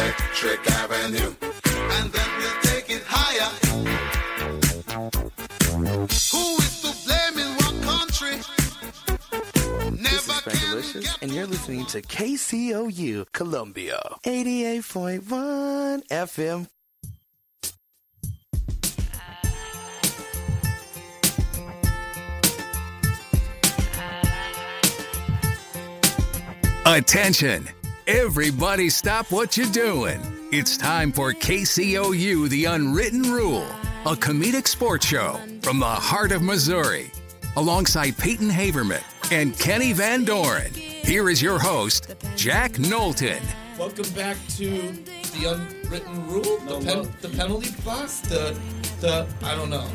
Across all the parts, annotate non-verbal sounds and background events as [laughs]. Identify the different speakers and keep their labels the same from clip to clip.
Speaker 1: Electric Avenue. And then we'll take it higher. Who is to blame in what country?
Speaker 2: This is
Speaker 1: Never can
Speaker 2: Frankalicious,
Speaker 1: get
Speaker 2: and you're listening to KCOU Columbia 88.1 FM.
Speaker 3: Attention! Everybody stop what you're doing. It's time for KCOU The Unwritten Rule, a comedic sports show from the heart of Missouri. Alongside Peyton Haverman and Kenny Van Doren, here is your host, Jack Knowlton.
Speaker 4: Welcome back to the unwritten rule, the, pen, the penalty box, the the I don't know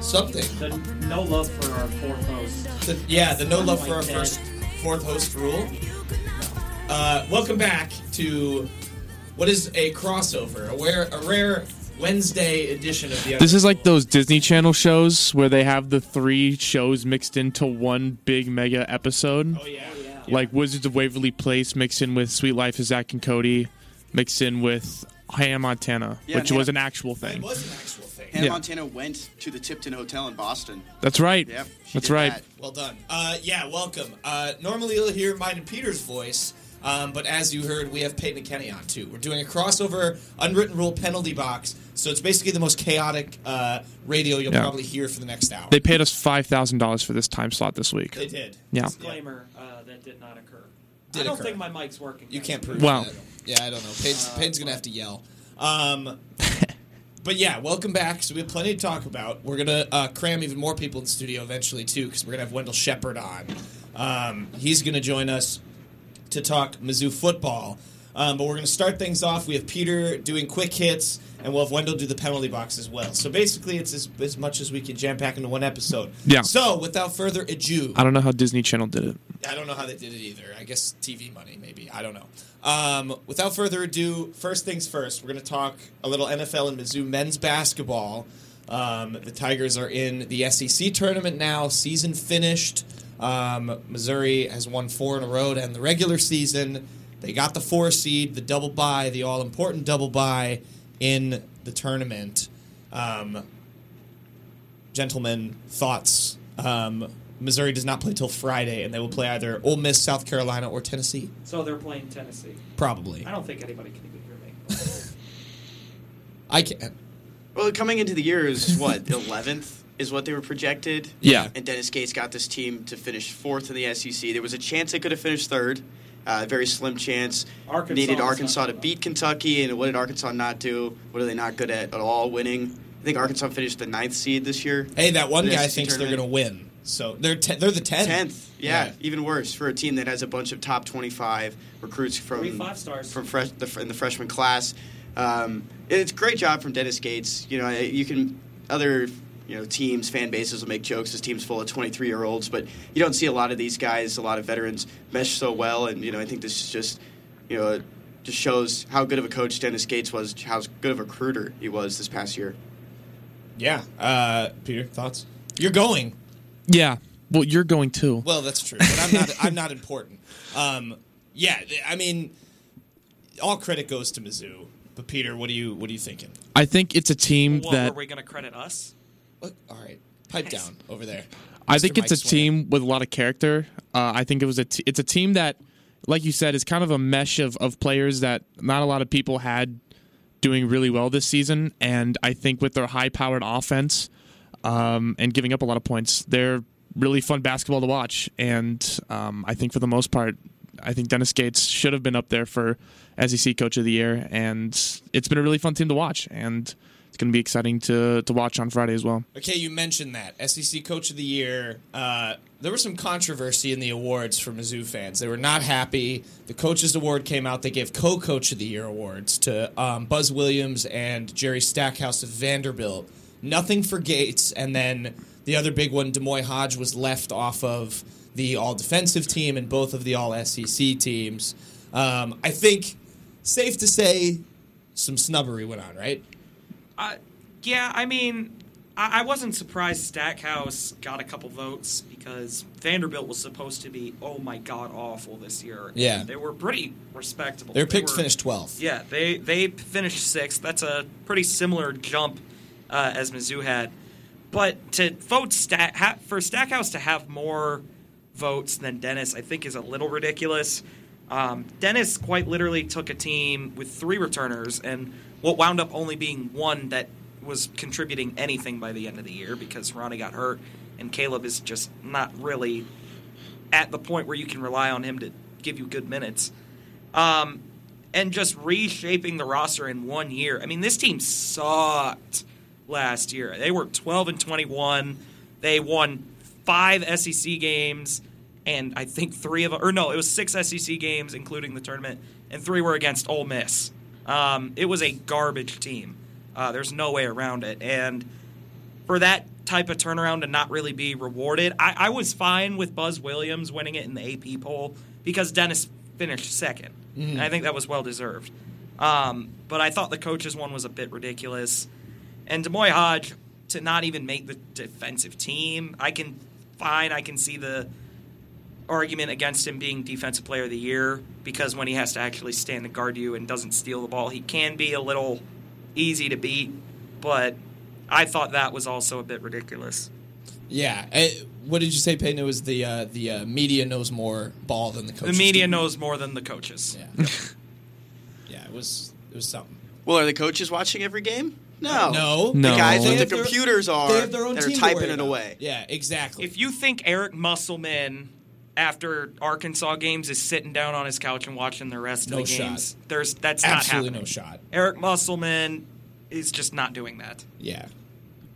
Speaker 4: something.
Speaker 5: The no love for our fourth host.
Speaker 4: The, yeah, the no love for our
Speaker 5: Like that.
Speaker 4: first fourth host rule. Uh, welcome back to what is a crossover, a rare, a rare Wednesday edition of the.
Speaker 6: This is like those Disney Channel shows where they have the three shows mixed into one big mega episode.
Speaker 4: Oh yeah, yeah.
Speaker 6: Like Wizards of Waverly Place mixed in with Sweet Life of Zach and Cody, mixed in with Hannah Montana,
Speaker 7: Yeah,
Speaker 6: which
Speaker 7: Hannah-
Speaker 6: was an actual
Speaker 4: It
Speaker 6: thing.
Speaker 4: was an actual thing.
Speaker 7: Hannah
Speaker 6: Yeah.
Speaker 7: Montana went to the Tipton Hotel in Boston.
Speaker 6: That's right.
Speaker 7: Yep. she
Speaker 6: That's
Speaker 7: did
Speaker 6: right.
Speaker 7: that.
Speaker 4: Well done. Uh, yeah, welcome. Uh, normally you'll hear mine and Peter's voice, um, but as you heard, we have Peyton and Kenny on too. We're doing a crossover unwritten rule penalty box, so it's basically the most chaotic uh, radio you'll
Speaker 6: Yeah.
Speaker 4: probably hear for the next hour.
Speaker 6: They paid us five thousand dollars for this time slot this week.
Speaker 4: They did.
Speaker 6: Yeah.
Speaker 5: Disclaimer uh, that did not occur.
Speaker 4: Did
Speaker 5: I don't
Speaker 4: occur.
Speaker 5: think my mic's working.
Speaker 4: You
Speaker 5: guys.
Speaker 4: can't prove
Speaker 6: Wow.
Speaker 4: that. Yeah, I don't know. Payne's, Payne's gonna have to yell.
Speaker 6: [laughs]
Speaker 4: Um, but yeah, welcome back. So we have plenty to talk about. We're gonna uh, cram even more people in the studio eventually too, because we're gonna have Wendell Shepard on. Um, he's gonna join us to talk Mizzou football. Um, but we're gonna start things off. We have Peter doing quick hits, and we'll have Wendell do the penalty box as well. So basically, it's as, as much as we can jam pack into one episode.
Speaker 6: Yeah.
Speaker 4: So without further ado,
Speaker 6: I don't know how Disney Channel did it.
Speaker 4: I don't know how they did it either. I guess TV money, maybe. I don't know. Um, without further ado, first things first, we're going to talk a little NFL and Mizzou men's basketball. Um, the Tigers are in the SEC tournament now, season finished. Um, Missouri has won four in a row to end the regular season. They got the four seed, the double bye, the all important double bye in the tournament. Um, gentlemen, thoughts. Um, Missouri does not play till Friday, and they will play either Ole Miss, South Carolina, or Tennessee.
Speaker 5: So they're playing Tennessee.
Speaker 4: Probably.
Speaker 5: I don't think anybody can even hear me.
Speaker 4: [laughs] I can't.
Speaker 7: Well, coming into the year is what eleventh is what they were projected.
Speaker 6: Yeah.
Speaker 7: And Dennis Gates got this team to finish fourth in the SEC. There was a chance they could have finished third. Uh, very slim chance.
Speaker 5: Arkansas was
Speaker 7: Needed
Speaker 5: not
Speaker 7: Arkansas to
Speaker 5: good
Speaker 7: beat Kentucky, and what did Arkansas not do? What are they not good at at all? Winning. I think Arkansas finished the ninth seed this year.
Speaker 4: Hey, that one
Speaker 7: The
Speaker 4: guy
Speaker 7: SEC
Speaker 4: thinks they're going to
Speaker 7: tournament.
Speaker 4: win, so they're te- they're the tenth.
Speaker 7: Tenth, yeah, even worse for a team that has a bunch of top twenty-five recruits from
Speaker 5: Three five-stars.
Speaker 7: from fresh the, fr- in the freshman class. Um, it's a great job from Dennis Gates. You know, you can other you know teams, fan bases will make jokes. This team's full of twenty-three-year-olds, but you don't see a lot of these guys, a lot of veterans mesh so well. And you know, I think this is just you know it just shows how good of a coach Dennis Gates was, how good of a recruiter he was this past year.
Speaker 4: Yeah. Uh, Peter, thoughts? You're going.
Speaker 6: Yeah. Well, you're going too.
Speaker 4: Well, that's true. But I'm not. I'm not important. [laughs] Um, yeah. th- I mean, all credit goes to Mizzou. But Peter, what are you what are you thinking?
Speaker 6: I think it's a team
Speaker 5: Well,
Speaker 6: that
Speaker 5: were we going to credit us?
Speaker 4: What? All right, pipe down over there.
Speaker 6: I
Speaker 4: Mr.
Speaker 6: think it's
Speaker 4: Mike
Speaker 6: a
Speaker 4: Swinney.
Speaker 6: team with a lot of character. Uh, I think it was a t- it's a team that, like you said, is kind of a mesh of, of players that not a lot of people had doing really well this season. And I think with their high powered offense um, and giving up a lot of points, they're really fun basketball to watch. And um, I think for the most part, I think Dennis Gates should have been up there for SEC Coach of the Year. And it's been a really fun team to watch. And it's going to be exciting to, to watch on Friday as well.
Speaker 4: Okay, you mentioned that SEC Coach of the Year. Uh, there was some controversy in the awards for Mizzou fans. They were not happy. The coaches award came out. They gave co-coach of the year awards to um, Buzz Williams and Jerry Stackhouse of Vanderbilt. Nothing for Gates, and then the other big one, Demoy Hodge, was left off of the All Defensive team and both of the All SEC teams. Um, I think safe to say some snubbery went on, right?
Speaker 5: Uh, yeah, I mean, I, I wasn't surprised Stackhouse got a couple votes because Vanderbilt was supposed to be oh my god awful this year. and
Speaker 4: Yeah.
Speaker 5: they were pretty respectable.
Speaker 4: Their
Speaker 5: They
Speaker 4: pick
Speaker 5: were-
Speaker 4: finished 12th.
Speaker 5: Yeah, they they finished sixth. That's a pretty similar jump uh, as Mizzou had. But to vote Stat ha- for Stackhouse to have more votes than Dennis, I think is a little ridiculous. Um, Dennis quite literally took a team with three returners and what wound up only being one that was contributing anything by the end of the year because Ronnie got hurt and Caleb is just not really at the point where you can rely on him to give you good minutes. Um, and just reshaping the roster in one year. I mean, this team sucked last year. They were 12 and 21. They won five SEC games, and I think three of them, or no, it was six SEC games, including the tournament, and three were against Ole Miss. Um, it was a garbage team. Uh, there's no way around it. And for that type of turnaround to not really be rewarded. I, I was fine with Buzz Williams winning it in the AP poll because Dennis finished 2nd And I think that was well deserved. Um, but I thought the coaches one was a bit ridiculous. And Demoy Hodge to not even make the defensive team. I can fine, I can see the argument against him being defensive player of the year because when he has to actually stand and guard you and doesn't steal the ball, he can be a little easy to beat. But I thought that was also a bit ridiculous.
Speaker 4: Yeah. Eh, what did you say, Peyton? It was the uh, the uh, media knows more ball than the coaches.
Speaker 5: the media
Speaker 4: do.
Speaker 5: knows more than the coaches.
Speaker 4: Yeah. yeah. It was it was something.
Speaker 7: Well, are the coaches watching every game? No.
Speaker 4: No.
Speaker 6: No.
Speaker 7: Oh. The guys
Speaker 6: They
Speaker 7: with
Speaker 4: have
Speaker 7: the
Speaker 4: their-
Speaker 7: computers are
Speaker 4: They have their own
Speaker 7: that are
Speaker 4: team to
Speaker 7: typing
Speaker 4: worry
Speaker 7: it
Speaker 4: about.
Speaker 7: away.
Speaker 4: Yeah. Exactly.
Speaker 5: If you think Eric Musselman after Arkansas games is sitting down on his couch and watching the rest
Speaker 4: No
Speaker 5: of the
Speaker 4: shot.
Speaker 5: games, there's that's
Speaker 4: absolutely
Speaker 5: not happening.
Speaker 4: no shot.
Speaker 5: Eric Musselman is just not doing that.
Speaker 4: Yeah.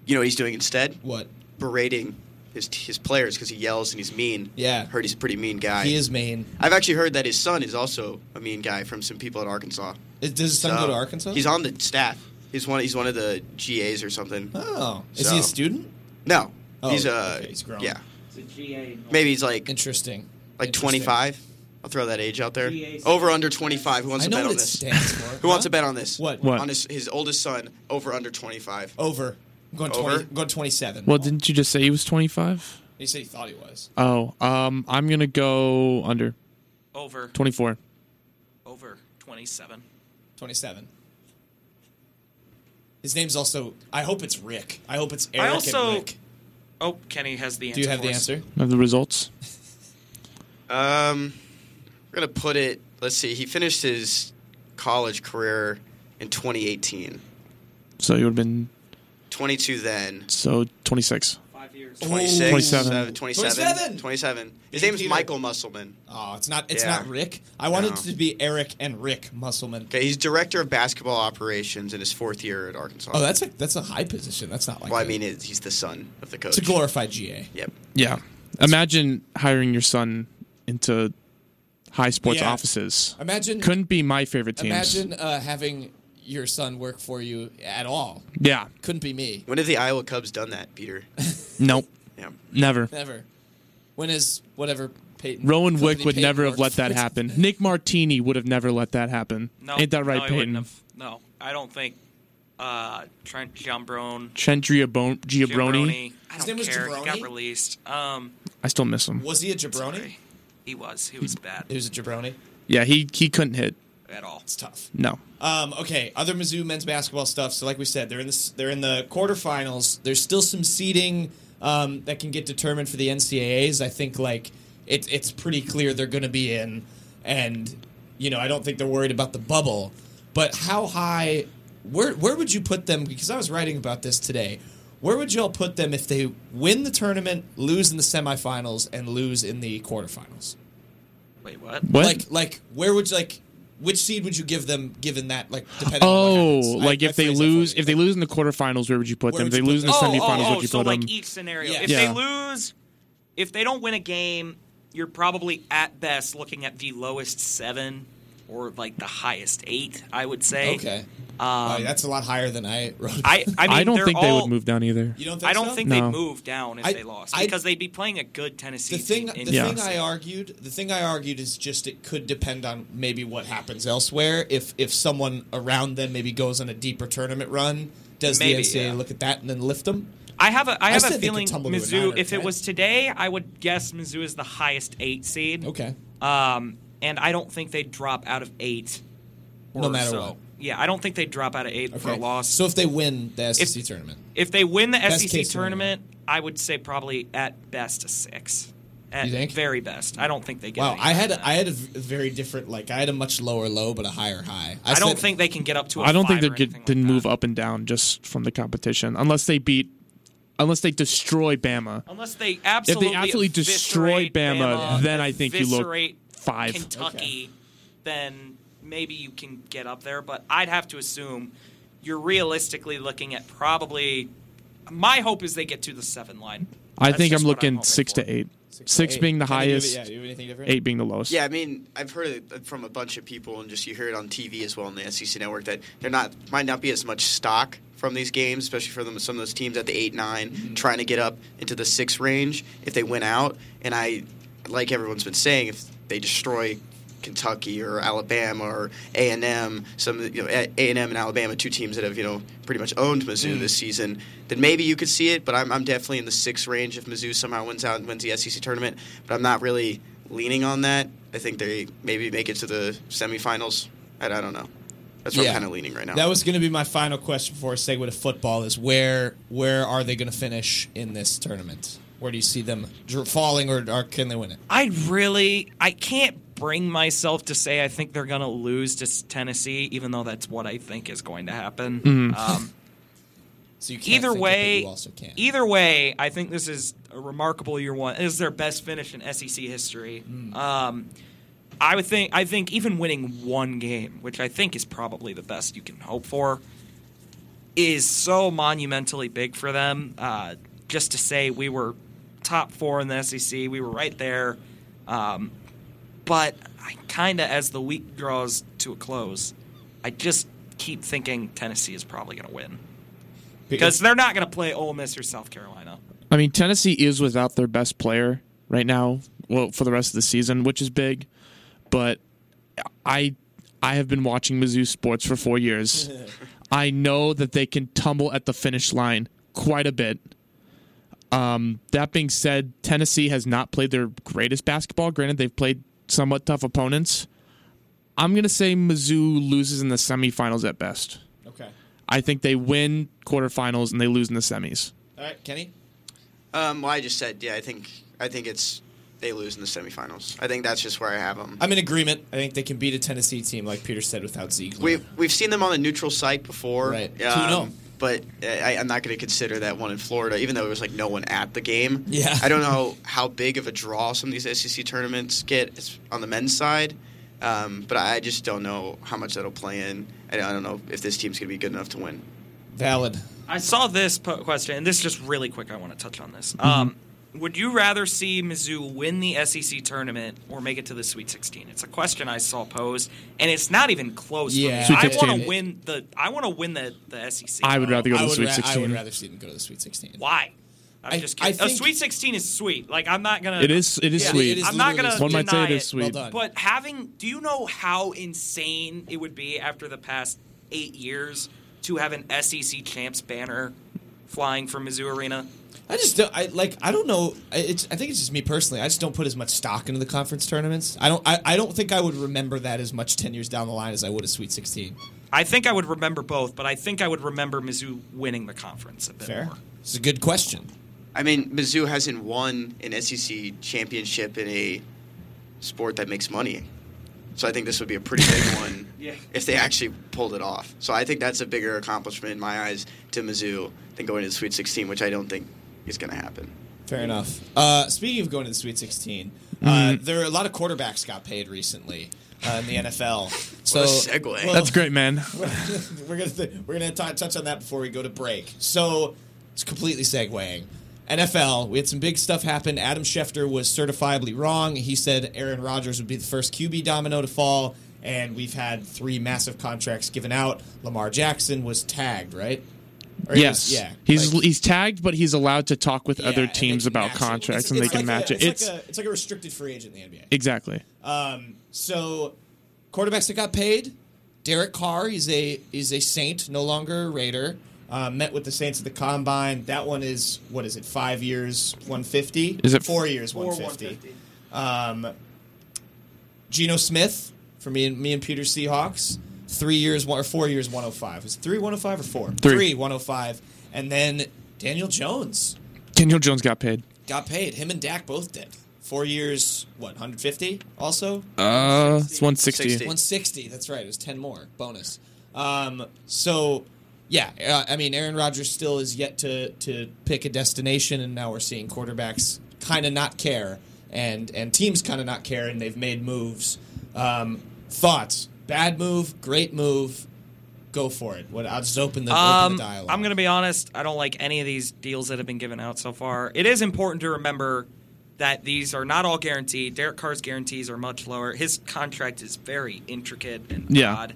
Speaker 7: You know what he's doing instead?
Speaker 4: What?
Speaker 7: Berating his his players because he yells and he's mean.
Speaker 4: Yeah.
Speaker 7: Heard he's a pretty mean guy.
Speaker 4: He is Maine.
Speaker 7: I've actually heard that his son is also a mean guy from some people in Arkansas.
Speaker 4: Is- Does his son
Speaker 7: So,
Speaker 4: go to Arkansas?
Speaker 7: He's on the staff. He's one. He's one of the GAs or something.
Speaker 4: Oh, is he a
Speaker 7: So-
Speaker 4: student?
Speaker 7: No,
Speaker 4: Oh,
Speaker 7: he's uh,
Speaker 4: okay, he's grown.
Speaker 7: yeah,
Speaker 5: It's a GA.
Speaker 7: maybe he's like
Speaker 4: Interesting.
Speaker 7: like
Speaker 4: Interesting.
Speaker 7: twenty five. I'll throw that age out there.
Speaker 5: GAs.
Speaker 7: Over under twenty five. Who wants
Speaker 4: I
Speaker 7: to
Speaker 4: know
Speaker 7: bet
Speaker 4: what
Speaker 7: on
Speaker 4: it
Speaker 7: this?
Speaker 4: stands for.
Speaker 7: [laughs] Who wants
Speaker 4: Huh?
Speaker 7: to bet on this?
Speaker 4: What? Oh.
Speaker 6: What?
Speaker 7: On his his oldest son. Over under twenty five.
Speaker 4: Over. I'm going twenty.
Speaker 7: Over?
Speaker 4: I'm going twenty-seven.
Speaker 6: Well, didn't you just say he was 25?
Speaker 4: he said he thought he was?
Speaker 6: Oh, um, I'm gonna go under
Speaker 5: Over
Speaker 6: 24.
Speaker 5: over twenty seven.
Speaker 4: Twenty-seven. His name's also. I hope it's Rick. I hope it's Eric
Speaker 5: I also
Speaker 4: and Rick.
Speaker 5: Oh, Kenny has the answer.
Speaker 4: Do you have the
Speaker 5: for us.
Speaker 4: answer?
Speaker 6: Of the results.
Speaker 7: Um, we're gonna put it. Let's see. He finished his college career in 2018.
Speaker 6: So you would have been
Speaker 7: 22 then.
Speaker 6: so 26.
Speaker 5: Five years.
Speaker 4: Oh,
Speaker 7: 26,
Speaker 6: 27.
Speaker 7: 27.
Speaker 4: 27.
Speaker 7: 27. His
Speaker 4: Hey,
Speaker 7: name is
Speaker 4: Peter.
Speaker 7: Michael Musselman.
Speaker 4: Oh, it's not. It's
Speaker 7: Yeah.
Speaker 4: not Rick. I wanted
Speaker 7: No.
Speaker 4: it to be Eric and Rick Musselman.
Speaker 7: Okay, he's director of basketball operations in his fourth year at Arkansas.
Speaker 4: Oh, that's a that's a high position. That's not like
Speaker 7: well, I
Speaker 4: a-
Speaker 7: mean, it, he's the son of the coach.
Speaker 4: it's a glorified GA.
Speaker 7: Yep.
Speaker 6: Yeah. Imagine hiring your son into high sports
Speaker 4: Yeah.
Speaker 6: offices.
Speaker 4: Imagine
Speaker 6: Couldn't be my favorite teams.
Speaker 4: imagine uh, having your son work for you at all.
Speaker 6: Yeah.
Speaker 4: Couldn't be me.
Speaker 7: When have the Iowa Cubs done
Speaker 4: [laughs]
Speaker 7: that, Peter?
Speaker 6: Nope.
Speaker 7: yeah.
Speaker 6: Never.
Speaker 4: Never. When is whatever Peyton
Speaker 6: Rowan
Speaker 4: company
Speaker 6: Wick would
Speaker 4: Peyton
Speaker 6: never have
Speaker 4: worked
Speaker 6: let that
Speaker 4: for-
Speaker 6: happen. Nick Martini would have never let that happen.
Speaker 5: No,
Speaker 6: Ain't that right,
Speaker 5: no, he wouldn't
Speaker 6: Peyton?
Speaker 5: have. No, I don't think uh, Trent Giambrone,
Speaker 6: Trent Giabon- Giabroni.
Speaker 5: Giambroni. I
Speaker 4: His
Speaker 5: don't
Speaker 4: name was
Speaker 5: care. He got
Speaker 4: Jabroni?
Speaker 5: released. Um,
Speaker 6: I still miss him.
Speaker 4: Was he a jabroni?
Speaker 5: sorry. he was. He was bad
Speaker 4: He was a jabroni.
Speaker 6: Yeah, he he couldn't hit.
Speaker 5: at all.
Speaker 4: It's tough.
Speaker 6: No.
Speaker 4: Um, okay, other Mizzou men's basketball stuff. So, like we said, they're in this. They're in the quarterfinals. There's still some seeding um, that can get determined for the NCAA's. I think like it, it's pretty clear they're going to be in, and you know I don't think they're worried about the bubble. But how high? Where where would you put them? Because I was writing about this today. Where would y'all put them if they win the tournament, lose in the semifinals, and lose in the quarterfinals?
Speaker 5: Wait, what?
Speaker 6: What?
Speaker 4: Like like where would you like which seed would you give them given that like depending
Speaker 6: oh,
Speaker 4: on what happens? I-
Speaker 6: like
Speaker 4: I
Speaker 6: if they
Speaker 4: phrased that
Speaker 6: lose,
Speaker 4: funny.
Speaker 6: if they lose in the quarterfinals, where would you put
Speaker 4: Where
Speaker 6: them?
Speaker 4: would
Speaker 6: If they
Speaker 4: you put
Speaker 6: lose in the
Speaker 4: them?
Speaker 5: oh,
Speaker 6: semifinals,
Speaker 5: oh,
Speaker 6: where
Speaker 5: oh,
Speaker 6: would you
Speaker 5: so
Speaker 6: put
Speaker 5: like
Speaker 6: them?
Speaker 4: e-
Speaker 5: each scenario.
Speaker 4: Yeah.
Speaker 5: If they
Speaker 6: Yeah.
Speaker 5: lose, if they don't win a game, you're probably at best looking at the lowest seven or like the highest eight. I would say.
Speaker 4: Okay.
Speaker 5: Um,
Speaker 4: Oh, that's a lot higher than I wrote.
Speaker 5: I, I, mean,
Speaker 6: I don't
Speaker 5: they're
Speaker 6: think they
Speaker 5: all-
Speaker 6: would move down either.
Speaker 4: you don't think
Speaker 5: I don't
Speaker 4: so?
Speaker 5: think
Speaker 6: No.
Speaker 5: they'd move down if
Speaker 4: I-
Speaker 5: they lost
Speaker 4: I-
Speaker 5: because they'd be playing a good Tennessee
Speaker 4: the thing
Speaker 5: team.
Speaker 4: the
Speaker 5: in
Speaker 4: thing
Speaker 5: Tennessee.
Speaker 4: I argued the thing I argued is just it could depend on maybe what happens elsewhere if if someone around them maybe goes on a deeper tournament run does
Speaker 5: Maybe,
Speaker 4: the NCAA
Speaker 5: yeah.
Speaker 4: look at that and then lift them
Speaker 5: I have a I have
Speaker 4: still
Speaker 5: a
Speaker 4: think it
Speaker 5: feeling
Speaker 4: tumbled to a nine
Speaker 5: Mizzou.
Speaker 4: or
Speaker 5: If it
Speaker 4: 10.
Speaker 5: was today, I would guess Mizzou is the highest eight seed.
Speaker 4: Okay.
Speaker 5: Um, and I don't think they drop out of eight.
Speaker 4: No
Speaker 5: or
Speaker 4: matter
Speaker 5: so.
Speaker 4: what.
Speaker 5: Yeah, I don't think they drop out of eight for a
Speaker 4: Okay.
Speaker 5: loss.
Speaker 4: So if they win the SEC tournament,
Speaker 5: if they win the
Speaker 4: Best
Speaker 5: SEC
Speaker 4: case scenario.
Speaker 5: tournament, I would say probably at best a six. At
Speaker 4: You think?
Speaker 5: very best. I don't think they get.
Speaker 4: wow,
Speaker 5: any
Speaker 4: I
Speaker 5: higher
Speaker 4: had
Speaker 5: than that.
Speaker 4: I had a v- very different like I had a much lower low but a higher high.
Speaker 5: I don't
Speaker 4: said-
Speaker 5: think they can get up to. I
Speaker 6: I don't think they did didn't move up and down just from the competition, unless they beat, unless they destroy Bama.
Speaker 5: Unless they absolutely
Speaker 6: absolutely destroy
Speaker 5: eviscerate
Speaker 6: Bama, then I think you look
Speaker 5: eviscerate
Speaker 6: five.
Speaker 5: Kentucky, then maybe you can get up there. But I'd have to assume you're realistically looking at probably. My hope is they get to the seven line.
Speaker 6: I
Speaker 5: That's
Speaker 6: think
Speaker 5: just
Speaker 6: I'm
Speaker 5: what
Speaker 6: looking
Speaker 5: hoping
Speaker 6: six
Speaker 5: for.
Speaker 6: to eight.
Speaker 4: Six
Speaker 6: Six,
Speaker 4: to eight.
Speaker 6: being the
Speaker 4: Can you give it-
Speaker 6: highest,
Speaker 4: yeah, you have anything different?
Speaker 6: eight being the lowest.
Speaker 7: Yeah, I mean, I've heard it from a bunch of people, and just you hear it on TV as well on the SEC network that there not might not be as much stock from these games, especially for them, some of those teams at the eight nine
Speaker 4: Mm-hmm.
Speaker 7: trying to get up into the six range if they win out. And I, like everyone's been saying, if they destroy Kentucky or Alabama or A and M, some of the- you know A and M and Alabama, two teams that have you know pretty much owned
Speaker 4: Mm.
Speaker 7: Mizzou this season, then maybe you could see it. But I'm, I'm definitely in the six range if Mizzou somehow wins out and wins the SEC tournament. But I'm not really leaning on that. I think they maybe make it to the semifinals. I, I don't know. That's where
Speaker 4: Yeah.
Speaker 7: I'm kind of leaning right now.
Speaker 4: That was going to be my final question before a segue to football: is where where are they going to finish in this tournament? Where do you see them dr- falling, or, or can they win it?
Speaker 5: I really I can't bring myself to say I think they're gonna lose to S- Tennessee, even though that's what I think is going to happen.
Speaker 6: Mm-hmm.
Speaker 5: Um,
Speaker 4: So you can't
Speaker 5: either
Speaker 4: think it, but
Speaker 5: way,
Speaker 4: you also can't.
Speaker 5: either way, I think this is a remarkable year one. This is their best finish in SEC history.
Speaker 4: Mm.
Speaker 5: Um, I would think I think even winning one game, which I think is probably the best you can hope for, is so monumentally big for them. Uh, just to say we were top four in the SEC, we were right there. Um, but I kind of, as the week draws to a close, I just keep thinking Tennessee is probably going to win because they're not going to play Ole Miss or South Carolina.
Speaker 6: I mean, Tennessee is without their best player right now. Well, for the rest of the season, which is big, but I I have been watching Mizzou sports for
Speaker 4: [laughs]
Speaker 6: four years. I know that they can tumble at the finish line quite a bit. Um, that being said, Tennessee has not played their greatest basketball. Granted, they've played somewhat tough opponents. I'm gonna say Mizzou loses in the semifinals at best.
Speaker 4: okay.
Speaker 6: I think they win quarterfinals and they lose in the semis.
Speaker 4: All right, Kenny.
Speaker 7: Um, well, I just said, yeah, I think I think it's they lose in the semifinals. I think that's just where I have them.
Speaker 4: I'm in agreement. I think they can beat a Tennessee team, like Peter said, without Zeke.
Speaker 7: We we've seen them on a neutral site before,
Speaker 4: Right. Two
Speaker 7: Um,
Speaker 4: and oh.
Speaker 7: But I, I'm not going to consider that one in Florida, even though it was like no one at the game.
Speaker 4: Yeah.
Speaker 7: I don't know how big of a draw some of these SEC tournaments get it's on the men's side, um, but I just don't know how much that'll play in. I don't, I don't know if this team's going to be good enough to win.
Speaker 4: Valid.
Speaker 5: I saw this po- question, and this is just really quick. I want to touch on
Speaker 6: Mm-hmm.
Speaker 5: this. Um, would you rather see Mizzou win the SEC tournament or make it to the Sweet 16? It's a question I saw posed, and it's not even close. for
Speaker 4: Yeah.
Speaker 5: me.
Speaker 4: Sweet
Speaker 5: I want
Speaker 6: 16.
Speaker 5: to win the. I want to win the, the E SEC.
Speaker 6: I would rather go to
Speaker 4: Oh, I
Speaker 6: the
Speaker 4: would,
Speaker 6: Sweet
Speaker 4: ra- I
Speaker 6: 16.
Speaker 4: would rather see them go to the Sweet 16.
Speaker 5: Why? I'm
Speaker 4: I-
Speaker 5: just
Speaker 4: I
Speaker 5: kidding. A
Speaker 4: think-
Speaker 5: Sweet 16 is sweet. Like I'm not gonna.
Speaker 6: It is it is
Speaker 4: Yeah,
Speaker 6: sweet.
Speaker 4: it is
Speaker 5: I'm not
Speaker 4: literally
Speaker 5: gonna
Speaker 4: sweet.
Speaker 6: One might say
Speaker 5: deny
Speaker 6: it is sweet.
Speaker 4: Well done.
Speaker 5: But having, do you know how insane it would be after the past eight years to have an SEC champs banner flying from Mizzou Arena?
Speaker 4: I just don't. I like. I don't know. I- It's. I think it's just me personally. I just don't put as much stock into the conference tournaments. I don't. I, I don't think I would remember that as much ten years down the line as I would a Sweet 16.
Speaker 5: I think I would remember both, but I think I would remember Mizzou winning the conference a bit
Speaker 4: Fair.
Speaker 5: more.
Speaker 4: It's a good question.
Speaker 7: I mean, Mizzou hasn't won an SEC championship in a sport that makes money. So I think this would be a pretty big one
Speaker 5: Yeah.
Speaker 7: if they actually pulled it off. So I think that's a bigger accomplishment in my eyes to Mizzou than going to the Sweet 16, which I don't think is going to happen.
Speaker 4: Fair enough. Uh, speaking of going to the Sweet 16, uh,
Speaker 7: Mm-hmm.
Speaker 4: there are a lot of quarterbacks got paid recently uh, in the NFL. So
Speaker 7: What a segue.
Speaker 6: That's great, man.
Speaker 4: we're gonna th- we're gonna t- touch on that before we go to break. So it's completely segueing. NFL, we had some big stuff happen. Adam Schefter was certifiably wrong. He said Aaron Rodgers would be the first QB domino to fall, and we've had three massive contracts given out. Lamar Jackson was tagged, right? Or he
Speaker 6: Yes.
Speaker 4: was- yeah.
Speaker 6: He's
Speaker 4: like-
Speaker 6: he's tagged, but he's allowed to talk with
Speaker 4: yeah,
Speaker 6: other
Speaker 4: and they
Speaker 6: teams
Speaker 4: can
Speaker 6: about
Speaker 4: match it.
Speaker 6: contracts,
Speaker 4: It's-
Speaker 6: and they
Speaker 4: it's
Speaker 6: can
Speaker 4: like
Speaker 6: match
Speaker 4: a-
Speaker 6: it. It's,
Speaker 4: It's like, a, it's like a restricted free agent in the NBA.
Speaker 6: exactly.
Speaker 4: So, quarterbacks that got paid, Derek Carr is a is a Saint, no longer a Raider. Uh, met with the Saints at the combine. That one is what is it? Five years, one fifty.
Speaker 6: Is it-
Speaker 4: four years, one fifty? Um, Geno Smith for me and me and Peter Seahawks. Three years, one or four years, one hundred five. Was it three one hundred five or four?
Speaker 6: Three.
Speaker 4: three one hundred five. And then Daniel Jones
Speaker 6: Daniel Jones got paid.
Speaker 4: got paid. Him and Dak both did. Four years, what, 150 also?
Speaker 6: Uh, it's 160.
Speaker 7: 60.
Speaker 4: 160. That's right. It was 10 more bonus. Um, so, yeah, uh, I mean, Aaron Rodgers still is yet to to pick a destination, and now we're seeing quarterbacks kind of not care, and and teams kind of not care, and they've made moves. Um, thoughts? Bad move? Great move? Go for it. What? I'll just open the, open
Speaker 5: Um,
Speaker 4: the dialogue.
Speaker 5: I'm going to be honest. I don't like any of these deals that have been given out so far. It is important to remember that these are not all guaranteed. Derek Carr's guarantees are much lower. His contract is very intricate and
Speaker 6: Yeah.
Speaker 5: odd.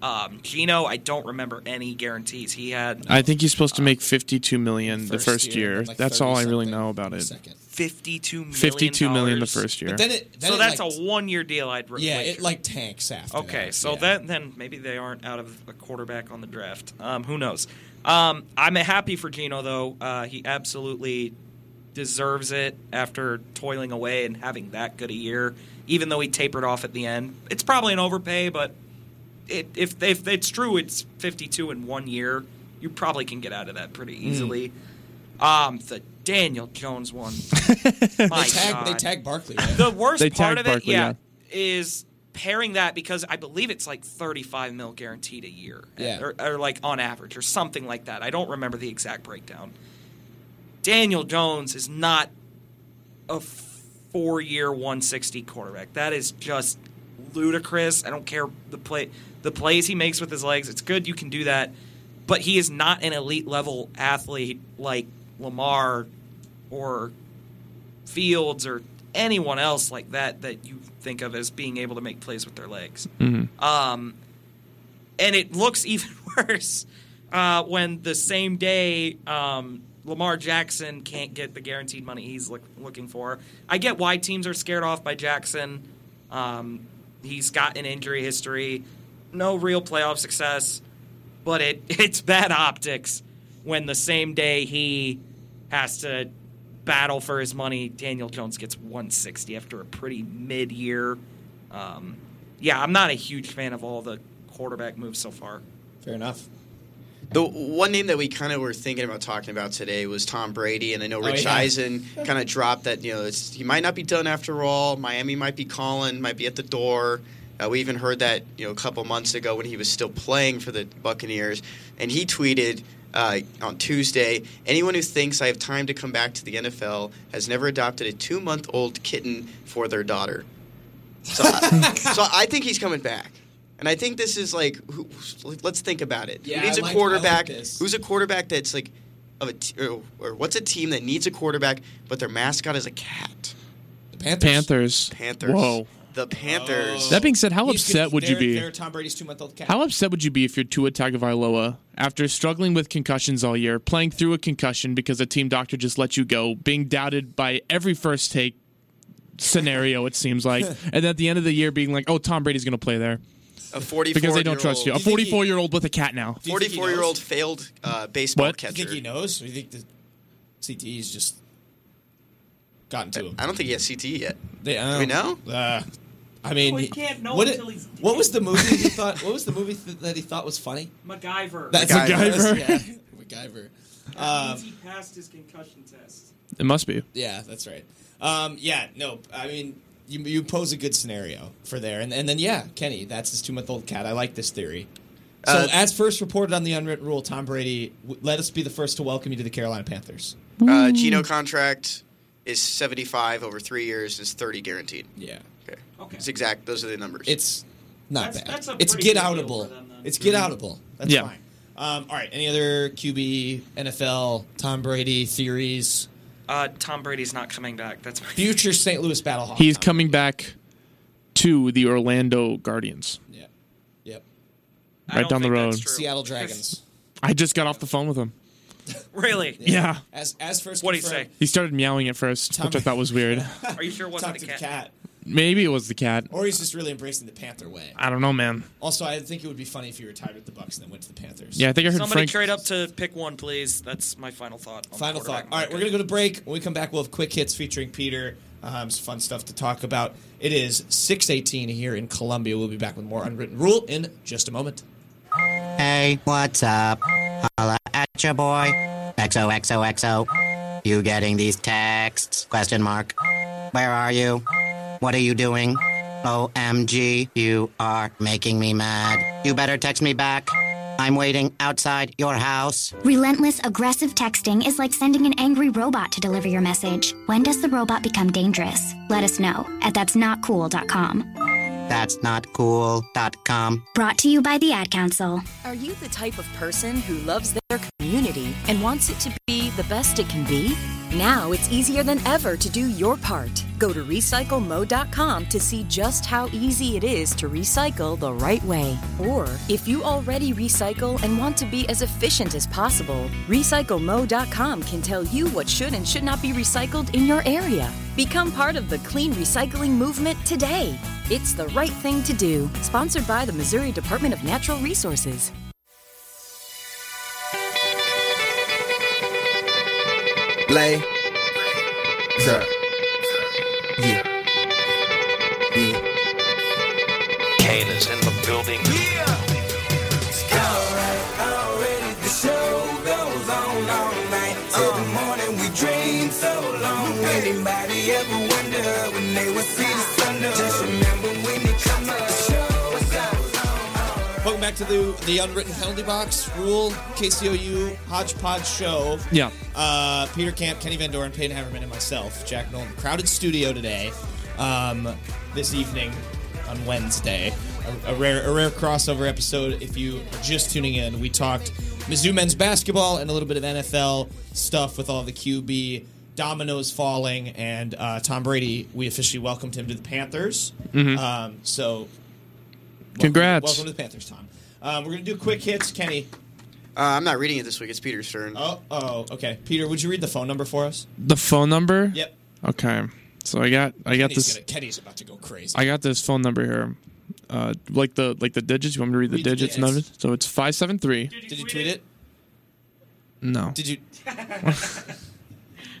Speaker 5: Um, Gino, I don't remember any guarantees he had.
Speaker 6: I think he's supposed to make 52 million the first year.
Speaker 4: and, like,
Speaker 6: That's all I
Speaker 4: 30
Speaker 6: really
Speaker 4: something
Speaker 6: know about
Speaker 4: the
Speaker 6: it.
Speaker 4: second.
Speaker 5: 52 million.
Speaker 6: 52 million the
Speaker 5: dollars.
Speaker 6: first year.
Speaker 4: But then it, then
Speaker 5: So
Speaker 4: it,
Speaker 5: that's
Speaker 4: like,
Speaker 5: a one-year deal. I'd re-
Speaker 4: Yeah,
Speaker 5: wager.
Speaker 4: it like tanks after.
Speaker 5: Okay,
Speaker 4: that.
Speaker 5: so
Speaker 4: yeah.
Speaker 5: then then maybe they aren't out of a quarterback on the draft. Um, who knows? Um, I'm happy for Gino though. Uh, he absolutely deserves it after toiling away and having that good a year. Even though he tapered off at the end, it's probably an overpay. But it, if if it's true, it's 52 in one year. You probably can get out of that
Speaker 4: Hmm.
Speaker 5: pretty easily. Um, the Daniel
Speaker 4: [laughs]
Speaker 5: Jones one. My
Speaker 4: they tag they
Speaker 5: God.
Speaker 4: tag
Speaker 6: [laughs]
Speaker 4: Barkley. Right?
Speaker 5: The worst
Speaker 6: They
Speaker 5: part
Speaker 6: tagged
Speaker 5: of it,
Speaker 6: Barkley,
Speaker 5: yeah, is pairing that because I believe it's like 35 mil guaranteed a year,
Speaker 4: Yeah.
Speaker 5: or, or like on average, or something like that. I don't remember the exact breakdown. Daniel Jones is not a four-year 160 quarterback. That is just ludicrous. I don't care the play, the plays he makes with his legs. It's good you can do that, but he is not an elite level athlete like Lamar or Fields or anyone else like that that you think of as being able to make plays with their legs. Um, and it looks [laughs] even worse uh, when the same day um, Lamar Jackson can't get the guaranteed money he's look, looking for. I get why teams are scared off by Jackson. Um, he's got an injury history, no real playoff success, but it [laughs] it's bad optics when the same day he has to battle for his money, Daniel Jones gets 160 after a pretty mid-year. Um, yeah, I'm not a huge fan of all the quarterback moves so far.
Speaker 4: Fair enough.
Speaker 7: The one name that we kind of were thinking about talking about today was Tom Brady, and I know Rich
Speaker 4: yeah.
Speaker 7: Eisen kind of dropped that you know it's, he might not be done after all. Miami might be calling, might be at the door. Uh, we even heard that you know a couple months ago when he was still playing for the Buccaneers, and he tweeted uh, on Tuesday, "Anyone who thinks I have time to come back to the NFL has never adopted a two-month-old kitten for their daughter."
Speaker 6: [laughs]
Speaker 7: So, I, so I think he's coming back. And I think this is like, who, let's think about it.
Speaker 4: Yeah,
Speaker 7: who needs
Speaker 4: I
Speaker 7: a
Speaker 4: like- I like
Speaker 7: quarterback?
Speaker 4: this.
Speaker 7: who's a quarterback that's like, of a t- or, or what's a team that needs a quarterback, but their mascot is a cat?
Speaker 4: The Panthers.
Speaker 6: Panthers.
Speaker 7: Panthers.
Speaker 6: Whoa.
Speaker 7: The Panthers.
Speaker 6: That being said, how
Speaker 4: He's
Speaker 6: upset
Speaker 4: gonna-
Speaker 6: would you
Speaker 4: they're-
Speaker 6: be?
Speaker 4: They're Tom Brady's two-month-old cat.
Speaker 6: How upset would you be if you're Tua Tagovailoa after struggling with concussions all year, playing through a concussion because a team doctor just let you go, being doubted by every first take scenario it
Speaker 4: [laughs]
Speaker 6: seems like, and at the end of the year being like, "Oh, Tom Brady's going to play there
Speaker 7: a 44
Speaker 6: because they don't trust you." A
Speaker 4: Do you think he-
Speaker 6: 44 year old with a cat now.
Speaker 4: you think he
Speaker 7: 44 year old
Speaker 4: knows?
Speaker 7: failed uh, baseball
Speaker 6: What? You
Speaker 4: You
Speaker 7: catcher.
Speaker 4: think he knows? Or you think the CTE's just gotten to him?
Speaker 7: I don't think he has CTE yet.
Speaker 4: They, I
Speaker 7: Uh, Do we know?
Speaker 4: Uh, I mean,
Speaker 5: Well, you can't know
Speaker 4: what,
Speaker 5: until he's dead.
Speaker 4: what was the movie he thought? What was the movie th- that he thought was funny?
Speaker 5: MacGyver.
Speaker 4: That's
Speaker 6: MacGyver.
Speaker 4: Yeah, MacGyver. Um,
Speaker 5: he passed his concussion test.
Speaker 6: It must be.
Speaker 4: Yeah, that's right. Um, yeah, no, I mean, you, you pose a good scenario for there. And, and then, yeah, Kenny, that's his two month old cat. I like this theory. So,
Speaker 7: Uh,
Speaker 4: as first reported on the unwritten rule, Tom Brady, w- let us be the first to welcome you to the Carolina Panthers.
Speaker 6: Mm.
Speaker 7: Uh, Gino contract is 75 over three years, is 30 guaranteed.
Speaker 4: Yeah.
Speaker 7: Okay.
Speaker 5: Okay.
Speaker 7: It's exact. Those are the numbers.
Speaker 4: It's not
Speaker 5: That's-
Speaker 4: bad.
Speaker 5: that's a
Speaker 4: it's get
Speaker 5: pretty good deal
Speaker 4: outable.
Speaker 5: for them, then.
Speaker 4: It's get outable. That's
Speaker 6: Yeah.
Speaker 4: fine. Um, all right. Any other QB, NFL, Tom Brady theories?
Speaker 5: Uh, Tom Brady's not coming back. That's my
Speaker 4: Future St. Louis Battlehawks.
Speaker 6: He's coming back to the Orlando Guardians.
Speaker 4: Yeah. Yep.
Speaker 5: I
Speaker 6: right
Speaker 5: don't
Speaker 6: down the
Speaker 5: think
Speaker 6: road.
Speaker 5: that's true.
Speaker 4: Seattle Dragons.
Speaker 6: I just got off the phone with him.
Speaker 5: [laughs] Really?
Speaker 6: Yeah.
Speaker 4: As as first.
Speaker 5: What'd he
Speaker 4: confirmed-
Speaker 5: say?
Speaker 6: He started meowing at first,
Speaker 4: Tom- [laughs]
Speaker 6: which I thought was weird.
Speaker 5: Are you sure it
Speaker 4: Talk
Speaker 5: wasn't
Speaker 4: to
Speaker 5: a
Speaker 4: the
Speaker 5: cat?
Speaker 4: cat.
Speaker 6: Maybe it was the cat.
Speaker 4: Or he's just really embracing the Panther way.
Speaker 6: I don't know, man.
Speaker 4: Also, I think it would be funny if he retired with the Bucks and then went to the Panthers.
Speaker 6: Yeah, I think I heard
Speaker 5: Somebody
Speaker 6: Frank.
Speaker 5: trade up to pick one, please. That's my final thought. on the
Speaker 4: Final thought.
Speaker 5: quarterback
Speaker 4: All right, we're
Speaker 5: market.
Speaker 4: gonna go to break. When we come back, we'll have quick hits featuring Peter. Um, some fun stuff to talk about. It is six eighteen here in Columbia. We'll be back with more unwritten rule in just a moment.
Speaker 8: Hey, what's up? Holla at your boy. XOXOXO. You getting these texts? Question mark. Where are you? What are you doing? OMG, you are making me mad. You better text me back. I'm waiting outside your house.
Speaker 9: Relentless, aggressive texting is like sending an angry robot to deliver your message. When does the robot become dangerous? Let us know at that'snotcool.com.
Speaker 8: That's not cool.com.
Speaker 9: Brought to you by the Ad Council.
Speaker 10: Are you the type of person who loves their community and wants it to be the best it can be? Now it's easier than ever to do your part. Go to recyclemo.com to see just how easy it is to recycle the right way. Or if you already recycle and want to be as efficient as possible, recyclemo.com can tell you what should and should not be recycled in your area. Become part of the clean recycling movement today. It's the right thing to do. Sponsored by the Missouri Department of Natural Resources.
Speaker 2: Lay. Sir. Yeah. Yeah.
Speaker 11: Kane is in the building.
Speaker 4: Welcome back to the the unwritten penalty box rule KCOU hodgepodge show.
Speaker 6: Yeah.
Speaker 4: Uh, Peter Camp, Kenny Van Doren, Peyton Haverman, and myself, Jack Nolan. Crowded studio today, um, this evening on Wednesday. A, a rare, a rare crossover episode. If you are just tuning in, we talked Mizzou men's basketball and a little bit of NFL stuff with all the QB dominoes falling and uh, Tom Brady. We officially welcomed him to the Panthers. Um, so, welcome-
Speaker 6: Congrats.
Speaker 4: welcome to the Panthers, Tom. Um, we're gonna do quick hits, Kenny.
Speaker 7: Uh, I'm not reading it this week. It's Peter Stern.
Speaker 4: Oh, oh, okay. Peter, would you read the phone number for us?
Speaker 6: The phone number.
Speaker 4: Yep.
Speaker 6: Okay. So I got I got
Speaker 4: Kenny's,
Speaker 6: this
Speaker 4: gonna, Kenny's about to go crazy.
Speaker 6: I got this phone number here. Uh, like the like the digits. You want me to read the
Speaker 4: Read the
Speaker 6: digits?
Speaker 4: digits.
Speaker 6: numbers? So it's five seven three.
Speaker 4: Did you tweet it?
Speaker 6: No.
Speaker 4: Did you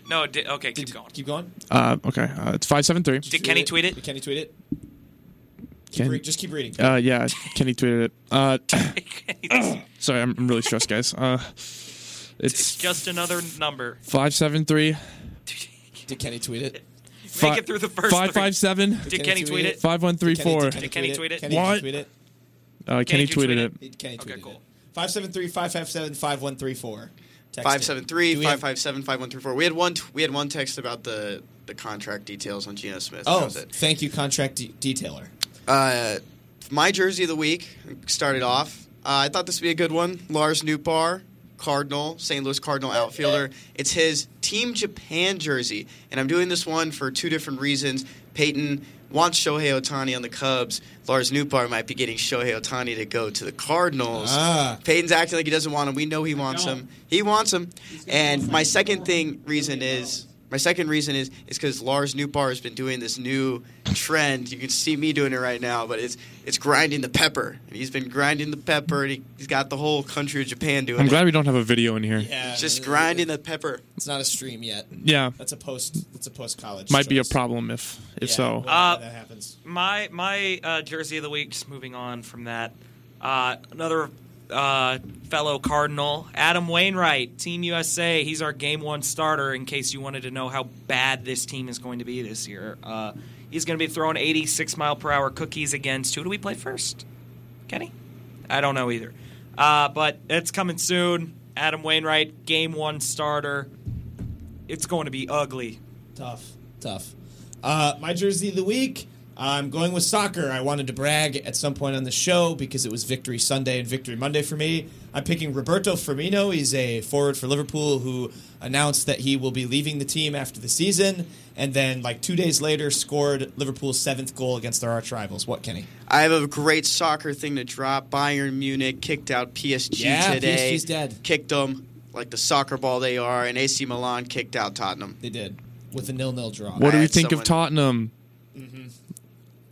Speaker 5: No, di- okay, keep
Speaker 4: did-
Speaker 5: going.
Speaker 4: keep going?
Speaker 6: Uh, okay. Uh, it's five seven three.
Speaker 5: Did Kenny
Speaker 4: it?
Speaker 5: tweet it?
Speaker 4: Did Kenny tweet it?
Speaker 6: Ken-
Speaker 4: Re- just keep reading.
Speaker 6: Uh, yeah, Kenny tweeted it. Uh, [coughs] sorry, I'm I'm really stressed, guys. Uh,
Speaker 5: [laughs] It's
Speaker 6: it's
Speaker 5: just another
Speaker 4: [laughs]
Speaker 5: number.
Speaker 6: five seven three
Speaker 4: Did Kenny tweet it?
Speaker 5: Make it through the first
Speaker 6: five
Speaker 5: three.
Speaker 6: five seven
Speaker 5: Did Kenny tweet it?
Speaker 6: five one three four.
Speaker 5: Did Kenny tweet it?
Speaker 4: Kenny
Speaker 6: What?
Speaker 4: did tweet it?
Speaker 6: Uh, Kenny
Speaker 5: did you tweet
Speaker 6: tweeted
Speaker 5: it?
Speaker 6: it.
Speaker 4: Did Kenny
Speaker 5: Okay,
Speaker 4: tweeted
Speaker 5: cool.
Speaker 4: it? 573-557-5134. Text
Speaker 7: Five
Speaker 4: it.
Speaker 7: seven three
Speaker 4: Do we have-
Speaker 7: five five seven five one three four. We had one. T- we had one text about the the contract details on Geno Smith. That
Speaker 4: Oh,
Speaker 7: was it.
Speaker 4: thank you, contract de- detailer.
Speaker 7: Uh, my jersey of the week started off. Uh, I thought this would be a good one. Lars Newbar, Cardinal, St. Louis Cardinal outfielder. It's his Team Japan jersey, and I'm doing this one for two different reasons. Peyton wants Shohei Otani on the Cubs. Lars Newbar might be getting Shohei Otani to go to the Cardinals.
Speaker 4: Ah.
Speaker 7: Peyton's acting like he doesn't want him. We know he wants him. He wants him. And my second thing reason is my second reason is is because Lars Newbar has been doing this new trend. You can see me doing it right now, but it's it's grinding the pepper. And he's been grinding the pepper, and he, he's got the whole country of Japan doing
Speaker 6: I'm
Speaker 7: it.
Speaker 6: glad we don't have a video in here.
Speaker 4: Yeah,
Speaker 7: Just grinding the pepper.
Speaker 4: Uh, It's not a stream yet.
Speaker 6: Yeah,
Speaker 4: That's a post. That's a post college.
Speaker 6: might be a problem if if so.
Speaker 5: Uh,
Speaker 4: that happens.
Speaker 5: My my uh, jersey of the week. Just moving on from that. Uh, another uh, fellow Cardinal, Adam Wainwright, Team USA. He's our game one starter. In case you wanted to know how bad this team is going to be this year, uh, he's going to be throwing 86 mile per hour cookies against. Who do we play first? Kenny? I don't know either. Uh, but it's coming soon. Adam Wainwright, game one starter. It's going to be ugly.
Speaker 4: Tough, tough. Uh, my jersey of the week. I'm going with soccer. I wanted to brag at some point on the show because it was Victory Sunday and Victory Monday for me. I'm picking Roberto Firmino. He's a forward for Liverpool who announced that he will be leaving the team after the season, and then like two days later scored Liverpool's seventh goal against their arch rivals. What, Kenny?
Speaker 7: I have a great soccer thing to drop. Bayern Munich kicked out PSG
Speaker 4: Yeah,
Speaker 7: today.
Speaker 4: PSG's dead.
Speaker 7: Kicked them like the soccer ball they are, and AC Milan kicked out Tottenham.
Speaker 4: They did with a nil-nil draw.
Speaker 6: what do we
Speaker 7: I had
Speaker 6: think of
Speaker 7: someone-
Speaker 6: Tottenham?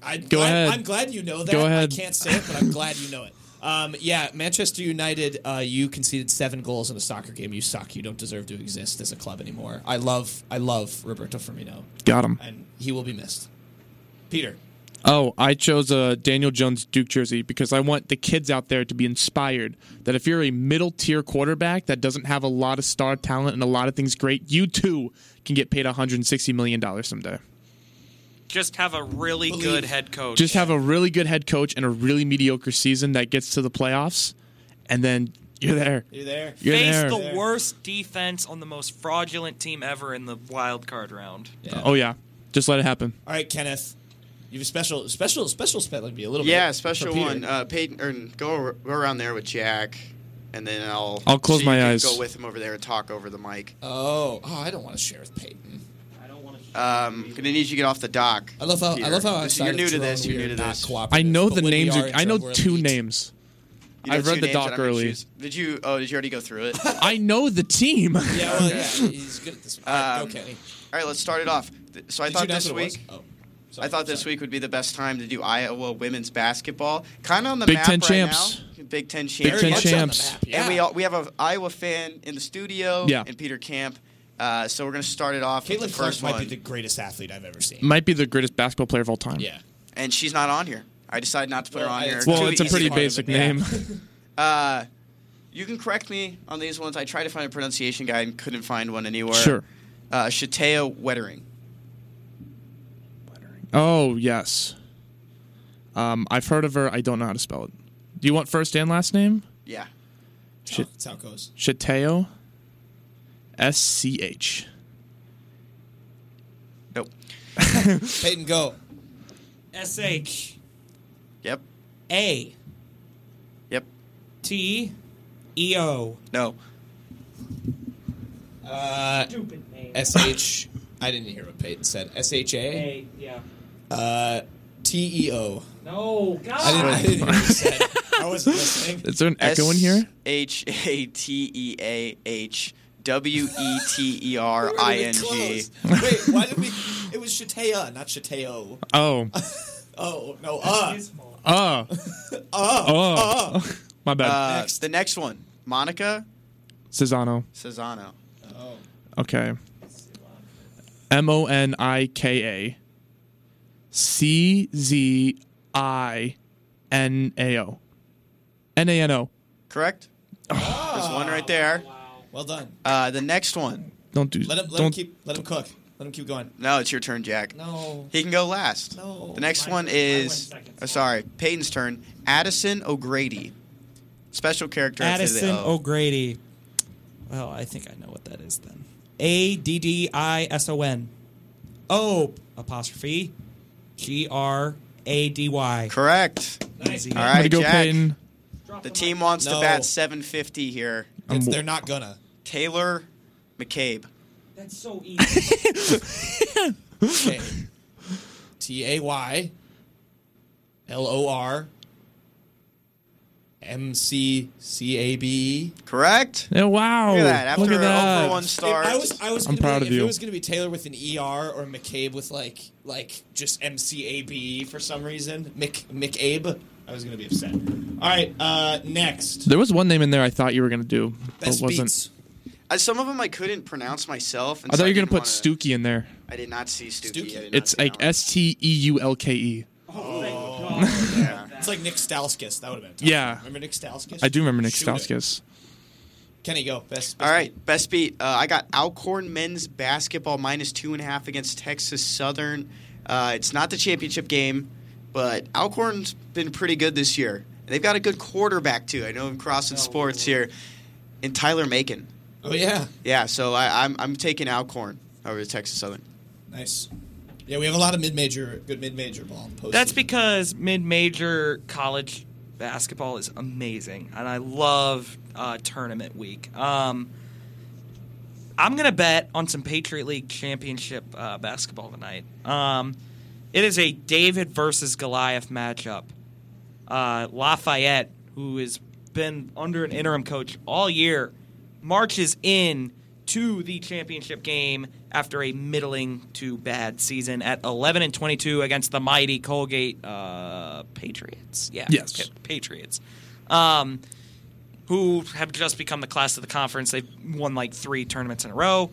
Speaker 4: I,
Speaker 6: Go
Speaker 4: I,
Speaker 6: ahead.
Speaker 4: I'm glad you know that.
Speaker 6: Go ahead.
Speaker 4: I can't say it, but I'm glad you know it. Um, yeah, Manchester United, uh, you conceded seven goals in a soccer game. You suck. You don't deserve to exist as a club anymore. I love, I love Roberto Firmino,
Speaker 6: Got him.
Speaker 4: and he will be missed. Peter,
Speaker 6: Oh, I chose a Daniel Jones Duke jersey because I want the kids out there to be inspired that if you're a middle tier quarterback that doesn't have a lot of star talent and a lot of things great, you too can get paid $160 million someday.
Speaker 5: Just have a really
Speaker 4: Believe-
Speaker 5: good head coach.
Speaker 6: Just have a really good head coach and a really mediocre season that gets to the playoffs, and then you're there.
Speaker 4: you there?
Speaker 6: You're
Speaker 5: face
Speaker 6: there.
Speaker 5: the worst defense on the most fraudulent team ever in the wild card round.
Speaker 4: Yeah.
Speaker 6: Oh, yeah. Just let it happen.
Speaker 4: All right, Kenneth, you have a special, special, special spelling bee a little bit.
Speaker 7: Yeah,
Speaker 4: for
Speaker 7: special
Speaker 4: Peter.
Speaker 7: one. Uh, Peyton, or go, ar- go around there with Jack, and then I'll
Speaker 6: I'll close
Speaker 7: so you
Speaker 6: my
Speaker 7: can
Speaker 6: eyes.
Speaker 7: Go with him over there and talk over the mic.
Speaker 4: oh, oh, I don't want to share with Peyton.
Speaker 7: Um, gonna need you to get off the dock.
Speaker 4: I love how I
Speaker 7: Peter.
Speaker 4: love how
Speaker 7: This-
Speaker 4: outside
Speaker 7: you're
Speaker 4: of
Speaker 7: new to
Speaker 4: Toronto
Speaker 7: this.
Speaker 4: we
Speaker 7: You're
Speaker 4: are
Speaker 7: new to
Speaker 4: not
Speaker 7: this.
Speaker 6: I
Speaker 4: cooperative,
Speaker 6: know
Speaker 4: but
Speaker 6: the
Speaker 4: when we
Speaker 6: names.
Speaker 4: are
Speaker 6: Are,
Speaker 4: in
Speaker 6: I know
Speaker 4: Toronto, we're
Speaker 6: two
Speaker 4: elite.
Speaker 6: names.
Speaker 7: You know
Speaker 6: I've read
Speaker 7: two
Speaker 6: the
Speaker 7: names that
Speaker 6: doc
Speaker 7: I'm gonna
Speaker 6: early.
Speaker 7: choose. Did you? Oh, did you already go through
Speaker 4: [laughs]
Speaker 7: it? All
Speaker 6: I know the team.
Speaker 4: Yeah,
Speaker 7: [laughs]
Speaker 4: well, yeah, he's good at this. One.
Speaker 7: Um,
Speaker 4: okay.
Speaker 7: right, let's start it off. Th- So I
Speaker 4: Did you
Speaker 7: thought
Speaker 4: announce
Speaker 7: this
Speaker 4: what it was?
Speaker 7: week.
Speaker 4: Oh, sorry,
Speaker 7: I thought this
Speaker 4: sorry.
Speaker 7: week would be the best time to do Iowa women's basketball. Kind of on the
Speaker 6: Big
Speaker 7: map
Speaker 6: Ten
Speaker 7: right
Speaker 6: champs.
Speaker 7: now. Big Ten champs.
Speaker 6: Big
Speaker 4: Very
Speaker 6: Ten
Speaker 4: much on the
Speaker 6: champs.
Speaker 4: map, Yeah.
Speaker 7: And we all, we have an Iowa fan in the studio.
Speaker 6: Yeah.
Speaker 7: And Peter Camp. Uh, so we're gonna start it off with
Speaker 4: Caitlin
Speaker 7: the
Speaker 4: Clark
Speaker 7: first
Speaker 4: might
Speaker 7: one.
Speaker 4: be the greatest athlete I've ever seen.
Speaker 6: [laughs] Might be the greatest basketball player of all time.
Speaker 4: yeah.
Speaker 7: and she's not on here. I decided not to put
Speaker 4: Well,
Speaker 7: her on
Speaker 4: I-
Speaker 7: here.
Speaker 6: Well,
Speaker 7: Too
Speaker 6: it's a
Speaker 7: easy.
Speaker 6: pretty
Speaker 4: part of it,
Speaker 6: basic
Speaker 4: yeah.
Speaker 6: name.
Speaker 7: You can correct me on these ones. I tried to find a pronunciation guide and couldn't find one anywhere.
Speaker 6: Sure.
Speaker 7: Uh, Shatea Wettering.
Speaker 6: Oh yes. Um, I've heard of her. I don't know how to spell it. Do you want first and last name?
Speaker 7: Yeah.
Speaker 4: Shit. That's how it goes.
Speaker 6: Shateo. S C H.
Speaker 7: Nope.
Speaker 4: Peyton, go.
Speaker 5: S H
Speaker 7: Yep.
Speaker 5: A
Speaker 7: Yep.
Speaker 5: T E O.
Speaker 7: No.
Speaker 5: Stupid name.
Speaker 4: S H. I didn't hear what Peyton said. S H A
Speaker 5: Yeah.
Speaker 4: T E O.
Speaker 5: No. God.
Speaker 4: I didn't. I didn't hear what he said. I wasn't listening.
Speaker 6: Is there an echo in
Speaker 7: [laughs]
Speaker 6: here?
Speaker 7: H A T E A H W E T E R [laughs] I
Speaker 4: [laughs]
Speaker 7: N G.
Speaker 4: Wait, why did we? It was Shatea, not Shateo.
Speaker 6: Oh.
Speaker 4: Oh no. Uh.
Speaker 7: [laughs]
Speaker 6: Oh. oh. [laughs] My bad.
Speaker 7: Ah. Uh,
Speaker 4: Next.
Speaker 7: The next one, Monica
Speaker 6: Cesano.
Speaker 7: Cesano.
Speaker 6: Okay. M O N I K A. C Z I N A O. N A N O.
Speaker 7: Correct.
Speaker 6: Oh.
Speaker 7: There's one right there.
Speaker 4: Well done.
Speaker 7: Uh, the next one.
Speaker 6: Don't do.
Speaker 4: Let him. Let
Speaker 6: don't,
Speaker 4: him keep. Let him cook. Let him keep going.
Speaker 7: No, it's your turn, Jack.
Speaker 4: No.
Speaker 7: He can go last.
Speaker 4: No.
Speaker 7: The next one is, oh, sorry, Peyton's turn. Addison O'Grady. Special character. after the
Speaker 5: Addison
Speaker 7: O.
Speaker 5: O'Grady. Well, I think I know what that is then. A D D I S O N. O apostrophe G R A D Y.
Speaker 7: Correct.
Speaker 5: Easy.
Speaker 7: All
Speaker 6: I'm gonna
Speaker 7: right,
Speaker 6: go,
Speaker 7: Jack.
Speaker 6: Peyton.
Speaker 7: The team wants
Speaker 4: No.
Speaker 7: to bat 750 here.
Speaker 4: It's- they're not gonna.
Speaker 7: Taylor McCabe.
Speaker 5: That's so easy.
Speaker 4: Okay. T A Y L O R M C C A B. E.
Speaker 7: Correct.
Speaker 6: Yeah, wow.
Speaker 7: Look at that. After
Speaker 6: Oh, Look at
Speaker 7: an
Speaker 6: that.
Speaker 7: 0 for 1 star.
Speaker 4: I was, I was.
Speaker 6: I'm
Speaker 4: gonna
Speaker 6: proud
Speaker 4: be,
Speaker 6: of
Speaker 4: If
Speaker 6: you.
Speaker 4: it was gonna be Taylor with an E R or McCabe with like, like just M C A B for some reason, Mc McAbe, I was gonna be upset. All right, uh, next.
Speaker 6: There was one name in there I thought you were gonna do,
Speaker 4: Best
Speaker 6: but wasn't.
Speaker 4: beats.
Speaker 7: Uh, Some of them I couldn't pronounce myself. And
Speaker 6: I
Speaker 7: so
Speaker 6: thought you were
Speaker 7: didn't
Speaker 6: gonna put
Speaker 7: wanna-
Speaker 6: Stuki in there.
Speaker 7: I did not see Stookie.
Speaker 4: Stuckey.
Speaker 7: I did not
Speaker 6: It's
Speaker 7: see that
Speaker 6: like
Speaker 7: one.
Speaker 6: S T E U L K E.
Speaker 4: It's like Nick Stauskas. That would have been. a tough
Speaker 6: Yeah.
Speaker 4: one. Remember Nick Stauskas?
Speaker 6: I do remember Nick
Speaker 4: Shoot it.
Speaker 6: Stauskas.
Speaker 4: Kenny, go best. best
Speaker 7: All right,
Speaker 4: beat.
Speaker 7: best beat. Uh, I got Alcorn men's basketball minus two and a half against Texas Southern. Uh, it's not the championship game, but Alcorn's been pretty good this year. They've got a good quarterback too. I know I'm crossing sports here, and Tyler Macon.
Speaker 4: Oh yeah.
Speaker 7: Yeah, so I, I'm I'm taking Alcorn over to Texas Southern.
Speaker 4: Nice. Yeah, we have a lot of mid-major, good mid-major ball. Postseason.
Speaker 5: That's because mid-major college basketball is amazing, and I love uh, tournament week. Um, I'm gonna bet on some Patriot League championship uh, basketball tonight. Um, it is a David versus Goliath matchup. Uh, Lafayette, who has been under an interim coach all year, marches in to the championship game after a middling to bad season at 11 and 22 against the mighty Colgate uh, Patriots. Yeah,
Speaker 6: Yes.
Speaker 5: Pa- Patriots, um, who have just become the class of the conference. They've won like three tournaments in a row.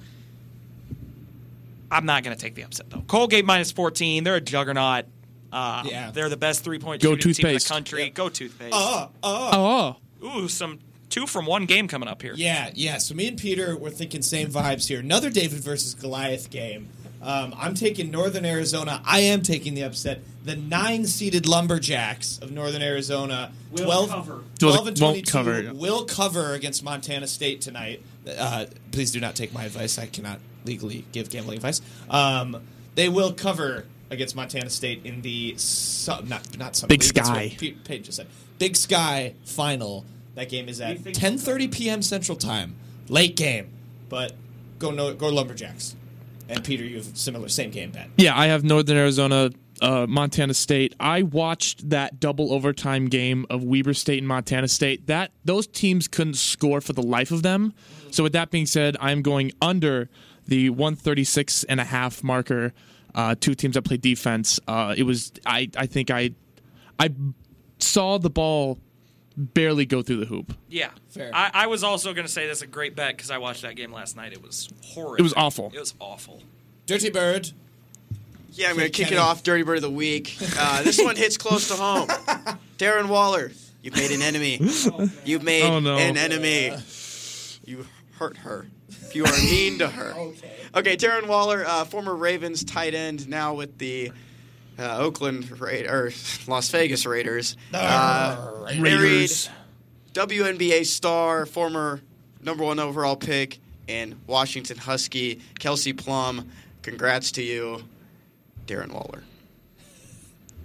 Speaker 5: I'm not going to take the upset though. Colgate minus 14. They're a juggernaut. Uh,
Speaker 4: Yeah. Uh-huh.
Speaker 5: they're the best three point
Speaker 6: Go
Speaker 5: shooting team in the
Speaker 6: toothpaste.
Speaker 5: country. Go toothpaste.
Speaker 6: Oh, oh.
Speaker 5: Ooh, some two from one game coming up here.
Speaker 4: Yeah, yeah. So me and Peter were thinking same vibes here. Another David versus Goliath game. Um, I'm taking Northern Arizona. I am taking the upset. The nine seeded Lumberjacks of Northern Arizona,
Speaker 5: Will
Speaker 4: 12,
Speaker 5: cover.
Speaker 4: 12 and
Speaker 6: Won't
Speaker 4: 22,
Speaker 6: cover, yeah.
Speaker 4: will cover against Montana State tonight. Uh, please do not take my advice. I cannot legally give gambling advice. Um, they will cover against Montana State in the su- not not summer
Speaker 6: Big
Speaker 4: league, that's
Speaker 6: Sky.
Speaker 4: what Pe- Paige just said. Big Sky final. That game is at
Speaker 5: think-
Speaker 4: 10:30 p.m. Central Time. Late game, but go no, go Lumberjacks. And Peter, you have similar same game bet.
Speaker 6: Yeah, I have Northern Arizona, uh, Montana State. I watched that double overtime game of Weber State and Montana State. That those teams couldn't score for the life of them. So with that being said, I'm going under the 136 and a half marker. Uh, two teams that play defense. Uh, it was I. I think I, I saw the ball barely go through the hoop.
Speaker 5: Yeah,
Speaker 4: Fair.
Speaker 5: I, I was also going to say that's a great bet because I watched that game last night. It was horrible.
Speaker 6: It was awful.
Speaker 5: It was awful.
Speaker 4: Dirty Bird.
Speaker 7: Yeah, I'm going to kick it
Speaker 4: Kenny.
Speaker 7: off Dirty Bird of the Week. Uh, this one hits close to
Speaker 6: [laughs]
Speaker 7: home. Darren Waller, you've made an enemy. You've made
Speaker 6: Oh, no.
Speaker 7: an enemy. You hurt her. You are mean
Speaker 6: [laughs]
Speaker 7: to her. okay. Darren Waller, uh, former Ravens tight end, now with the uh, Oakland Raid or Las Vegas Raiders. Uh, married WNBA star, former number one overall pick, and Washington Husky, Kelsey Plum. Congrats to you, Darren Waller.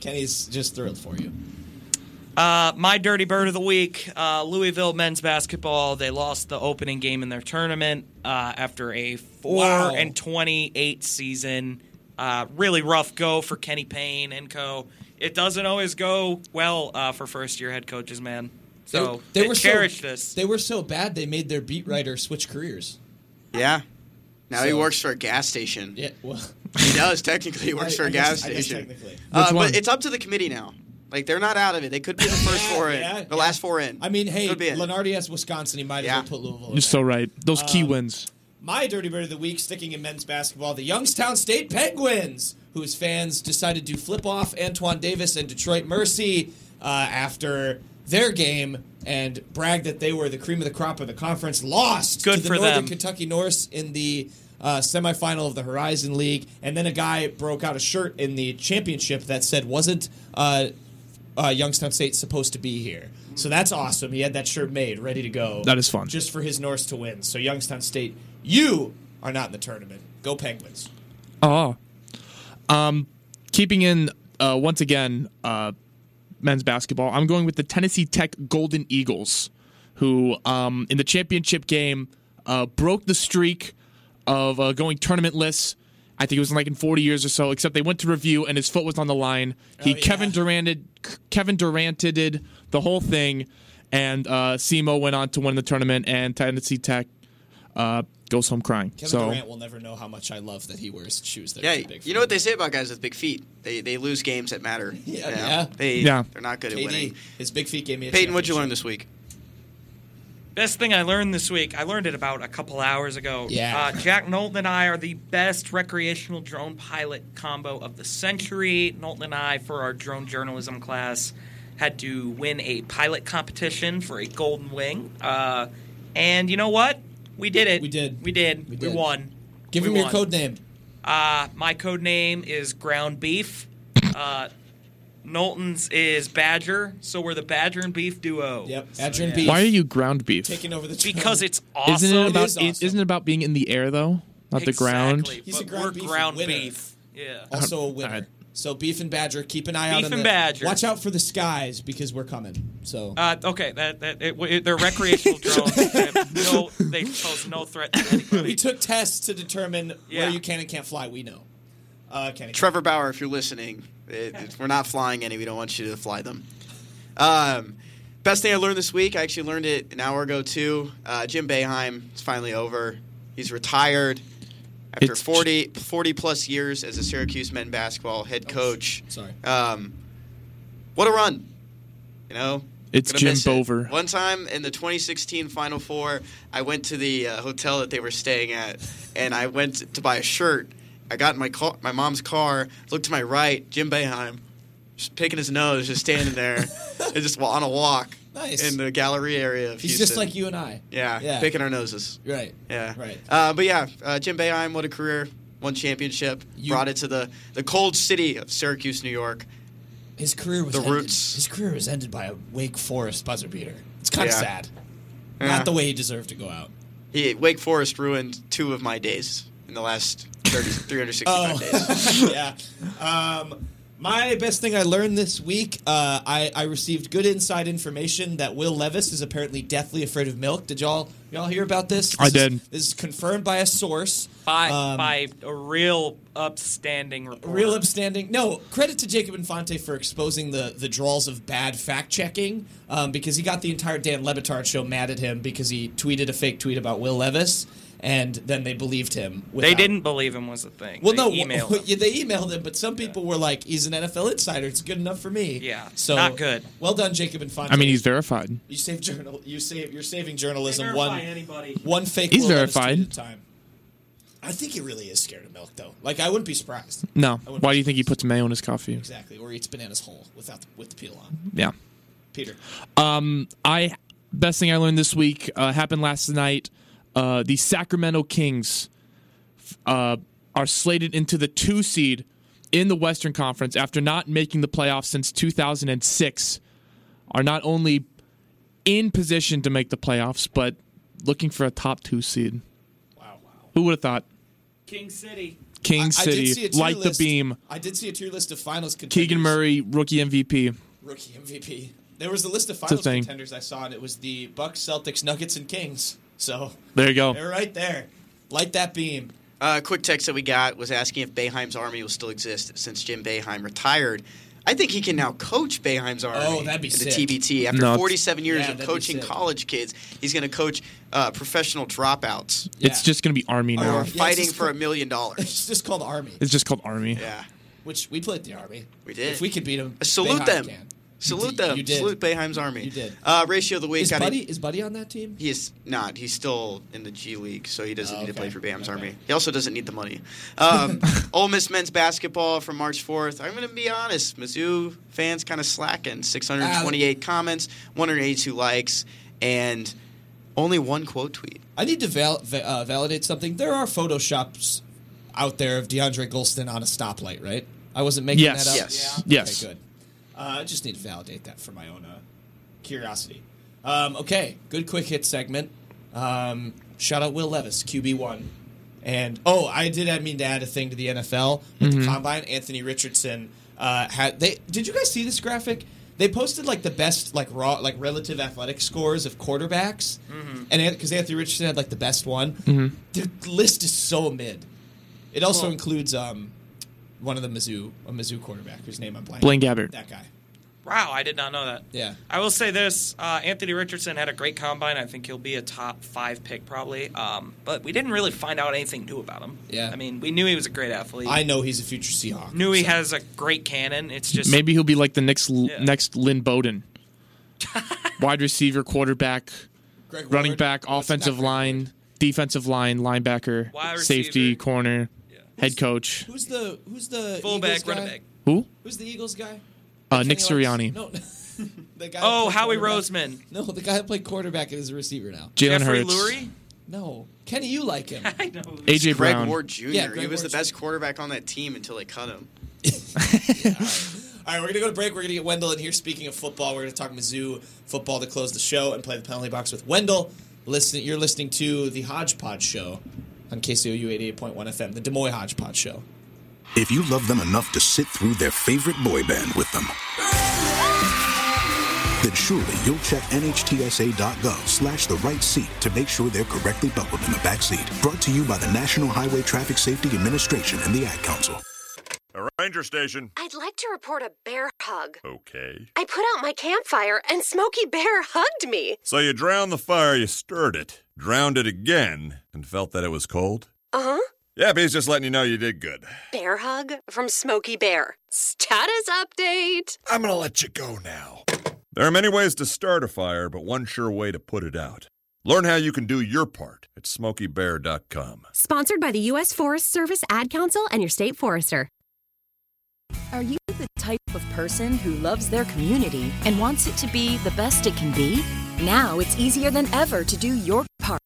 Speaker 4: Kenny's just thrilled for you.
Speaker 5: Uh, my dirty bird of the week: uh, Louisville men's basketball. They lost the opening game in their tournament uh, after a four
Speaker 4: Wow.
Speaker 5: and twenty-eight season. Uh, really rough go for Kenny Payne and co. It doesn't always go well uh, for first-year head coaches, man. So they, cherish
Speaker 4: so,
Speaker 5: this.
Speaker 4: They were so bad they made their beat writer switch careers.
Speaker 7: Yeah. Now he
Speaker 4: So-
Speaker 7: works for a gas station.
Speaker 4: Yeah, well,
Speaker 7: He does technically he works
Speaker 4: I-
Speaker 7: for a
Speaker 4: I
Speaker 7: gas
Speaker 4: guess- I guess
Speaker 7: station.
Speaker 4: technically.
Speaker 7: Uh,
Speaker 6: Which one?
Speaker 7: But it's up to the committee now. Like they're not out of it. They could be
Speaker 4: [laughs]
Speaker 7: the first four in,
Speaker 4: yeah,
Speaker 7: the last four in.
Speaker 4: I mean, hey,
Speaker 7: Could be it.
Speaker 4: Lenardi has Wisconsin. He might as
Speaker 7: Yeah.
Speaker 4: well put Louisville. in
Speaker 6: You're so
Speaker 4: there.
Speaker 6: right. Those key wins.
Speaker 4: My dirty bird of the week, sticking in men's basketball, the Youngstown State Penguins, whose fans decided to flip off Antoine Davis and Detroit Mercy uh, after their game and brag that they were the cream of the crop of the conference, lost
Speaker 5: Good
Speaker 4: to the
Speaker 5: for
Speaker 4: Northern
Speaker 5: them.
Speaker 4: Kentucky Norse in the uh, semifinal of the Horizon League. And then a guy broke out a shirt in the championship that said, wasn't. Uh, uh, Youngstown State supposed to be here, so that's awesome. He had that shirt made, ready to go.
Speaker 6: That is fun.
Speaker 4: Just for his Norse to win. So Youngstown State, you are not in the tournament. Go Penguins.
Speaker 6: Oh. Um, keeping in uh, once again uh, men's basketball, I'm going with the Tennessee Tech Golden Eagles, who um, in the championship game uh, broke the streak of uh, going tournamentless. I think it was in like in 40 years or so. Except they went to review and his foot was on the line. He
Speaker 4: Oh, yeah.
Speaker 6: Kevin Duranted Kevin Duranted the whole thing, and uh, Semo went on to win the tournament. And Tennessee Tech uh, goes home crying.
Speaker 4: Kevin
Speaker 6: so
Speaker 4: Durant will never know how much I love that he wears shoes that
Speaker 7: yeah,
Speaker 4: are too big.
Speaker 7: you know what they say about guys with big feet? They they lose games that matter.
Speaker 4: [laughs] Yeah,
Speaker 7: You know,
Speaker 4: yeah.
Speaker 7: They
Speaker 6: Yeah.
Speaker 7: they're not good at
Speaker 4: KD,
Speaker 7: winning.
Speaker 4: his big feet gave me. a
Speaker 7: Peyton, what'd you
Speaker 4: championship.
Speaker 7: learn this week?
Speaker 5: Best thing I learned this week, I learned it about a couple hours ago.
Speaker 4: Yeah.
Speaker 5: Uh, Jack Knowlton and I are the best recreational drone pilot combo of the century. Knowlton and I, for our drone journalism class, had to win a pilot competition for a golden wing. Uh, and you know what? We did it.
Speaker 4: We did.
Speaker 5: We did.
Speaker 4: We
Speaker 5: We,
Speaker 4: did.
Speaker 5: won.
Speaker 4: Give
Speaker 5: We
Speaker 4: him your
Speaker 5: won.
Speaker 4: code name.
Speaker 5: Uh, my code name is Ground Beef. Uh, Knowlton's is Badger, so we're the Badger and Beef duo.
Speaker 4: Yep. Adrian Beef.
Speaker 6: why are you ground beef?
Speaker 4: taking over the? throne.
Speaker 5: Because it's awesome.
Speaker 6: Isn't it about
Speaker 4: is
Speaker 6: it-
Speaker 4: awesome.
Speaker 6: isn't it about being in the air though, not the ground?
Speaker 5: Exactly,
Speaker 4: He's
Speaker 5: but
Speaker 4: a ground
Speaker 5: we're
Speaker 4: beef
Speaker 5: ground
Speaker 4: winner.
Speaker 5: beef. Yeah.
Speaker 4: [laughs] also a winner?
Speaker 6: Alright.
Speaker 4: So Beef and Badger, keep an eye out
Speaker 5: Beef
Speaker 4: on
Speaker 5: and
Speaker 4: the-
Speaker 5: Badger.
Speaker 4: Watch out for the skies because we're coming. So
Speaker 5: Uh, okay, that, that it, it,
Speaker 4: [laughs]
Speaker 5: they're recreational drones. They have no, they pose no threat to
Speaker 4: we
Speaker 5: anybody.
Speaker 4: took tests to determine where
Speaker 5: Yeah.
Speaker 4: you can and can't fly. We know. Uh, Kenny.
Speaker 7: Trevor Bauer, if you're listening, it, it- we're not flying any. We don't want you to fly them. Um, best thing I learned this week, I actually learned it an hour ago too. Uh, Jim Beheim, it's finally over. He's retired after
Speaker 6: It's-
Speaker 7: 40, 40 plus years as a Syracuse men basketball head coach.
Speaker 4: sorry.
Speaker 7: Um, what a run. You know?
Speaker 6: It's
Speaker 7: Gonna
Speaker 6: Jim
Speaker 7: miss it.
Speaker 6: Bover.
Speaker 7: One time in the 2016 Final Four, I went to the uh, hotel that they were staying at, and I went to buy a shirt. I got in my car, my mom's car, looked to my right, Jim Boeheim, just picking his nose, just
Speaker 4: [laughs]
Speaker 7: standing there, and just wa- on a walk
Speaker 4: Nice.
Speaker 7: in the gallery area of
Speaker 4: He's
Speaker 7: Houston.
Speaker 4: just like you and I.
Speaker 7: Yeah,
Speaker 4: Yeah.
Speaker 7: picking our noses.
Speaker 4: Right.
Speaker 7: Yeah.
Speaker 4: Right.
Speaker 7: Uh, but yeah, uh, Jim Boeheim, what a career. Won championship.
Speaker 4: You-
Speaker 7: brought it to the, the cold city of Syracuse, New York.
Speaker 4: His career was
Speaker 7: The
Speaker 4: ended-
Speaker 7: roots.
Speaker 4: His career was ended by a Wake Forest buzzer beater. It's kind of
Speaker 7: Yeah.
Speaker 4: sad.
Speaker 7: Yeah.
Speaker 4: Not the way he deserved to go out. [laughs]
Speaker 7: He, Wake Forest ruined two of my days in the last
Speaker 4: [laughs]
Speaker 7: 30, 365
Speaker 4: Oh.
Speaker 7: days.
Speaker 4: yeah. Um, my best thing I learned this week, uh, I, I received good inside information that Will Levis is apparently deathly afraid of milk. Did y'all y'all hear about this?
Speaker 6: I
Speaker 4: This is-
Speaker 6: did.
Speaker 4: this is confirmed by a source.
Speaker 5: by
Speaker 4: Um,
Speaker 5: by a real upstanding report.
Speaker 4: Real upstanding. No credit to Jacob Infante for exposing the the draws of bad fact checking, um, because he got the entire Dan Lebitard show mad at him because he tweeted a fake tweet about Will Levis, and then they believed him.
Speaker 5: They
Speaker 4: without-
Speaker 5: didn't believe him was a thing.
Speaker 4: Well, [laughs] no,
Speaker 5: They emailed
Speaker 4: w-
Speaker 5: him.
Speaker 4: yeah, they emailed him, but some people were like, "He's an NFL insider. It's good enough for me."
Speaker 5: Yeah,
Speaker 4: so
Speaker 5: not good.
Speaker 4: Well done, Jacob Infante.
Speaker 6: I mean, he's verified.
Speaker 4: you save journal. You save. You're saving journalism.
Speaker 5: They
Speaker 4: One
Speaker 5: verify anybody.
Speaker 4: One fake.
Speaker 6: He's
Speaker 4: Will Levis
Speaker 6: verified.
Speaker 4: tweet at a time. I think he really is scared of milk, though. Like, I wouldn't be surprised.
Speaker 6: No.
Speaker 4: I wouldn't
Speaker 6: Why
Speaker 4: be
Speaker 6: do you think he
Speaker 4: surprised.
Speaker 6: puts mayo in his coffee?
Speaker 4: exactly or eats bananas whole without the, with the peel on?
Speaker 6: Yeah.
Speaker 4: Peter,
Speaker 6: I best thing I learned this week uh, happened last night. Uh, the Sacramento Kings uh, are slated into the two seed in the Western Conference after not making the playoffs since 2006. Are not only in position to make the playoffs, but looking for a top two seed.
Speaker 4: wow, wow.
Speaker 6: Who would have thought?
Speaker 5: King City.
Speaker 6: King
Speaker 4: I did
Speaker 6: City,
Speaker 4: see a tier
Speaker 6: light the
Speaker 4: list.
Speaker 6: beam.
Speaker 4: I did see a tier list of finals contenders.
Speaker 6: Keegan Murray, rookie MVP.
Speaker 4: rookie MVP. There was a list of finals
Speaker 6: thing.
Speaker 4: contenders I saw, and it was the Bucks, Celtics, Nuggets, and Kings. So
Speaker 6: There you go.
Speaker 4: They're right there. Light that beam.
Speaker 7: Uh, a quick text that we got was asking if Boeheim's army will still exist since Jim Boeheim retired. I think he can now coach Boeheim's army
Speaker 4: Oh, that'd be
Speaker 7: in
Speaker 4: sick.
Speaker 7: the TBT. After
Speaker 6: No, it's-
Speaker 7: 47 years
Speaker 4: Yeah,
Speaker 7: of
Speaker 4: that'd be
Speaker 7: coaching
Speaker 4: sick.
Speaker 7: college kids, he's going to coach uh, professional dropouts
Speaker 6: It's
Speaker 4: Yeah.
Speaker 6: just going to be Army
Speaker 7: who
Speaker 6: now.
Speaker 7: are
Speaker 4: it's
Speaker 7: fighting
Speaker 4: just
Speaker 7: for a
Speaker 4: cool.
Speaker 7: million dollars.
Speaker 4: [laughs] It's just called Army,
Speaker 6: It's just called Army.
Speaker 7: Yeah.
Speaker 4: which we played the Army.
Speaker 7: We did.
Speaker 4: If we could beat them,
Speaker 7: Salute
Speaker 4: Bayheim
Speaker 7: them.
Speaker 4: Can.
Speaker 7: Salute
Speaker 4: You-
Speaker 7: them.
Speaker 4: You did.
Speaker 7: Salute Bayheim's army.
Speaker 4: You did.
Speaker 7: Uh, ratio of the week.
Speaker 4: is
Speaker 7: I mean,
Speaker 4: Buddy is Buddy on that team?
Speaker 7: He is not. He's still in the G League, so he doesn't
Speaker 4: Oh,
Speaker 7: need to
Speaker 4: okay.
Speaker 7: play for Bayham's
Speaker 4: Okay.
Speaker 7: Army. He also doesn't need the money.
Speaker 4: [laughs]
Speaker 7: Um, Ole Miss men's basketball from March 4th. I'm going to be honest. Mizzou fans kind of slacking. 628
Speaker 4: Uh,
Speaker 7: comments, 182 likes, and only one quote tweet.
Speaker 4: I need to val- va- uh, validate something. There are photoshops out there of DeAndre Golston on a stoplight, right? I wasn't making
Speaker 6: Yes.
Speaker 4: that up.
Speaker 7: Yes.
Speaker 6: Yeah. Yes.
Speaker 4: Okay, good. Uh, I just need to validate that for my own uh, curiosity. Um, okay, good quick hit segment. Um, shout out Will Levis, QB one. And oh, I did I mean to add a thing to the NFL with
Speaker 6: Mm-hmm.
Speaker 4: the combine. Anthony Richardson uh, had they. Did you guys see this graphic? They posted like the best like raw like relative athletic scores of quarterbacks,
Speaker 5: Mm-hmm.
Speaker 4: and because Anthony Richardson had like the best one.
Speaker 6: Mm-hmm.
Speaker 4: The list is so mid. It also includes um, one of the Mizzou, a Mizzou quarterback whose name I'm blanking.
Speaker 6: Blaine Gabbert.
Speaker 4: That guy.
Speaker 5: Wow, I did not know that.
Speaker 4: Yeah.
Speaker 5: I will say this: uh, Anthony Richardson had a great combine. I think he'll be a top five pick probably. Um, but we didn't really find out anything new about him.
Speaker 4: Yeah.
Speaker 5: I mean, we knew he was a great athlete.
Speaker 4: I know he's a future Seahawk.
Speaker 5: knew he
Speaker 4: so-
Speaker 5: has a great cannon. It's just
Speaker 6: Maybe he'll be like the next
Speaker 5: Yeah.
Speaker 6: next Lynn
Speaker 4: [laughs]
Speaker 6: Bowden, wide receiver, quarterback,
Speaker 4: Greg Ward.
Speaker 6: running back,
Speaker 4: Well, it's not
Speaker 6: offensive
Speaker 4: Greg
Speaker 6: line,
Speaker 4: Ward.
Speaker 6: defensive line, linebacker,
Speaker 5: Wide
Speaker 6: safety,
Speaker 5: receiver.
Speaker 6: corner, head coach.
Speaker 4: Who's the who's the Eagles
Speaker 5: fullback,
Speaker 4: guy?
Speaker 5: running back.
Speaker 6: Who?
Speaker 4: Who's the Eagles guy?
Speaker 6: Uh, Nick
Speaker 4: Kenny Lawrence?
Speaker 6: Sirianni,
Speaker 4: No. [laughs] the guy that
Speaker 5: Oh,
Speaker 4: played
Speaker 5: Howie
Speaker 4: quarterback.
Speaker 5: Roseman,
Speaker 4: No, the guy that played quarterback and is a receiver now.
Speaker 6: Jalen
Speaker 5: Jeffrey
Speaker 6: Hurts,
Speaker 5: Lurie.
Speaker 4: No, Kenny, you like
Speaker 5: [laughs]
Speaker 4: him.
Speaker 5: I know. who-
Speaker 6: AJ
Speaker 7: Greg
Speaker 6: Brown.
Speaker 7: Ward Jr.
Speaker 4: Yeah, Greg
Speaker 7: he was
Speaker 4: Ward
Speaker 7: the best quarterback on that team until they cut him.
Speaker 4: All right, we're gonna go to break. We're gonna get Wendell in here. Speaking of football, we're gonna talk Mizzou football to close the show and play the penalty box with Wendell. Listen, you're listening to the Hodgepodge Show on KCOU 88.1 FM, the Des Moines Hodgepodge Show.
Speaker 2: If you love them enough to sit through their favorite boy band with them, then surely you'll check nhtsa.gov slash the right seat to make sure they're correctly buckled in the back seat. Brought to you by the National Highway Traffic Safety Administration and the Ad Council.
Speaker 12: Ranger station.
Speaker 10: I'd like to report a bear hug.
Speaker 12: Okay.
Speaker 10: I put out my campfire and Smokey Bear hugged me.
Speaker 12: So you drowned the fire, you stirred it. drowned it again, and felt that it was cold?
Speaker 13: Uh huh.
Speaker 12: Yeah, he's just letting you know you did good.
Speaker 13: Bear hug from Smokey Bear. Status update.
Speaker 12: I'm gonna let you go now. There are many ways to start a fire, but one sure way to put it out. Learn how you can do your part at smokybear.com.
Speaker 14: Sponsored by the U.S. Forest Service Ad Council and your state forester.
Speaker 10: Are you the type of person who loves their community and wants it to be the best it can be? Now it's easier than ever to do your part.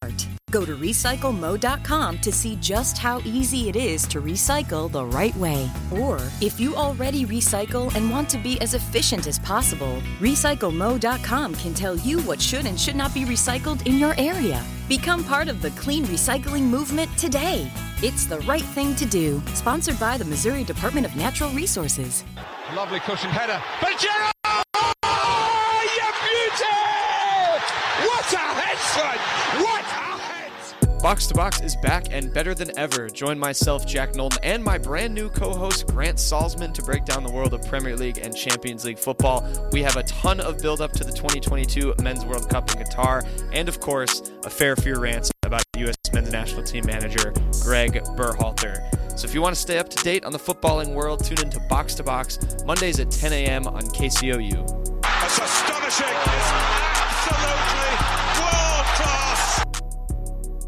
Speaker 10: Go to recyclemo.com to see just how easy it is to recycle the right way. Or if you already recycle and want to be as efficient as possible, recyclemo.com can tell you what should and should not be recycled in your area. Become part of the clean recycling movement today. It's the right thing to do. Sponsored by the Missouri Department of Natural Resources.
Speaker 15: Lovely cushion header. Pajero! You beauty! What a headshot! What a head!
Speaker 16: Box to Box is back and better than ever. Join myself, Jack Nolan, and my brand new co host, Grant Salzman, to break down the world of Premier League and Champions League football. We have a ton of build up to the 2022 Men's World Cup in Qatar, and of course, a fair few rants about U.S. Men's National Team manager Greg Berhalter. So if you want to stay up to date on the footballing world, tune into Box to Box Mondays at 10 a.m. on KCOU.
Speaker 15: It's astonishing! It's absolutely world class!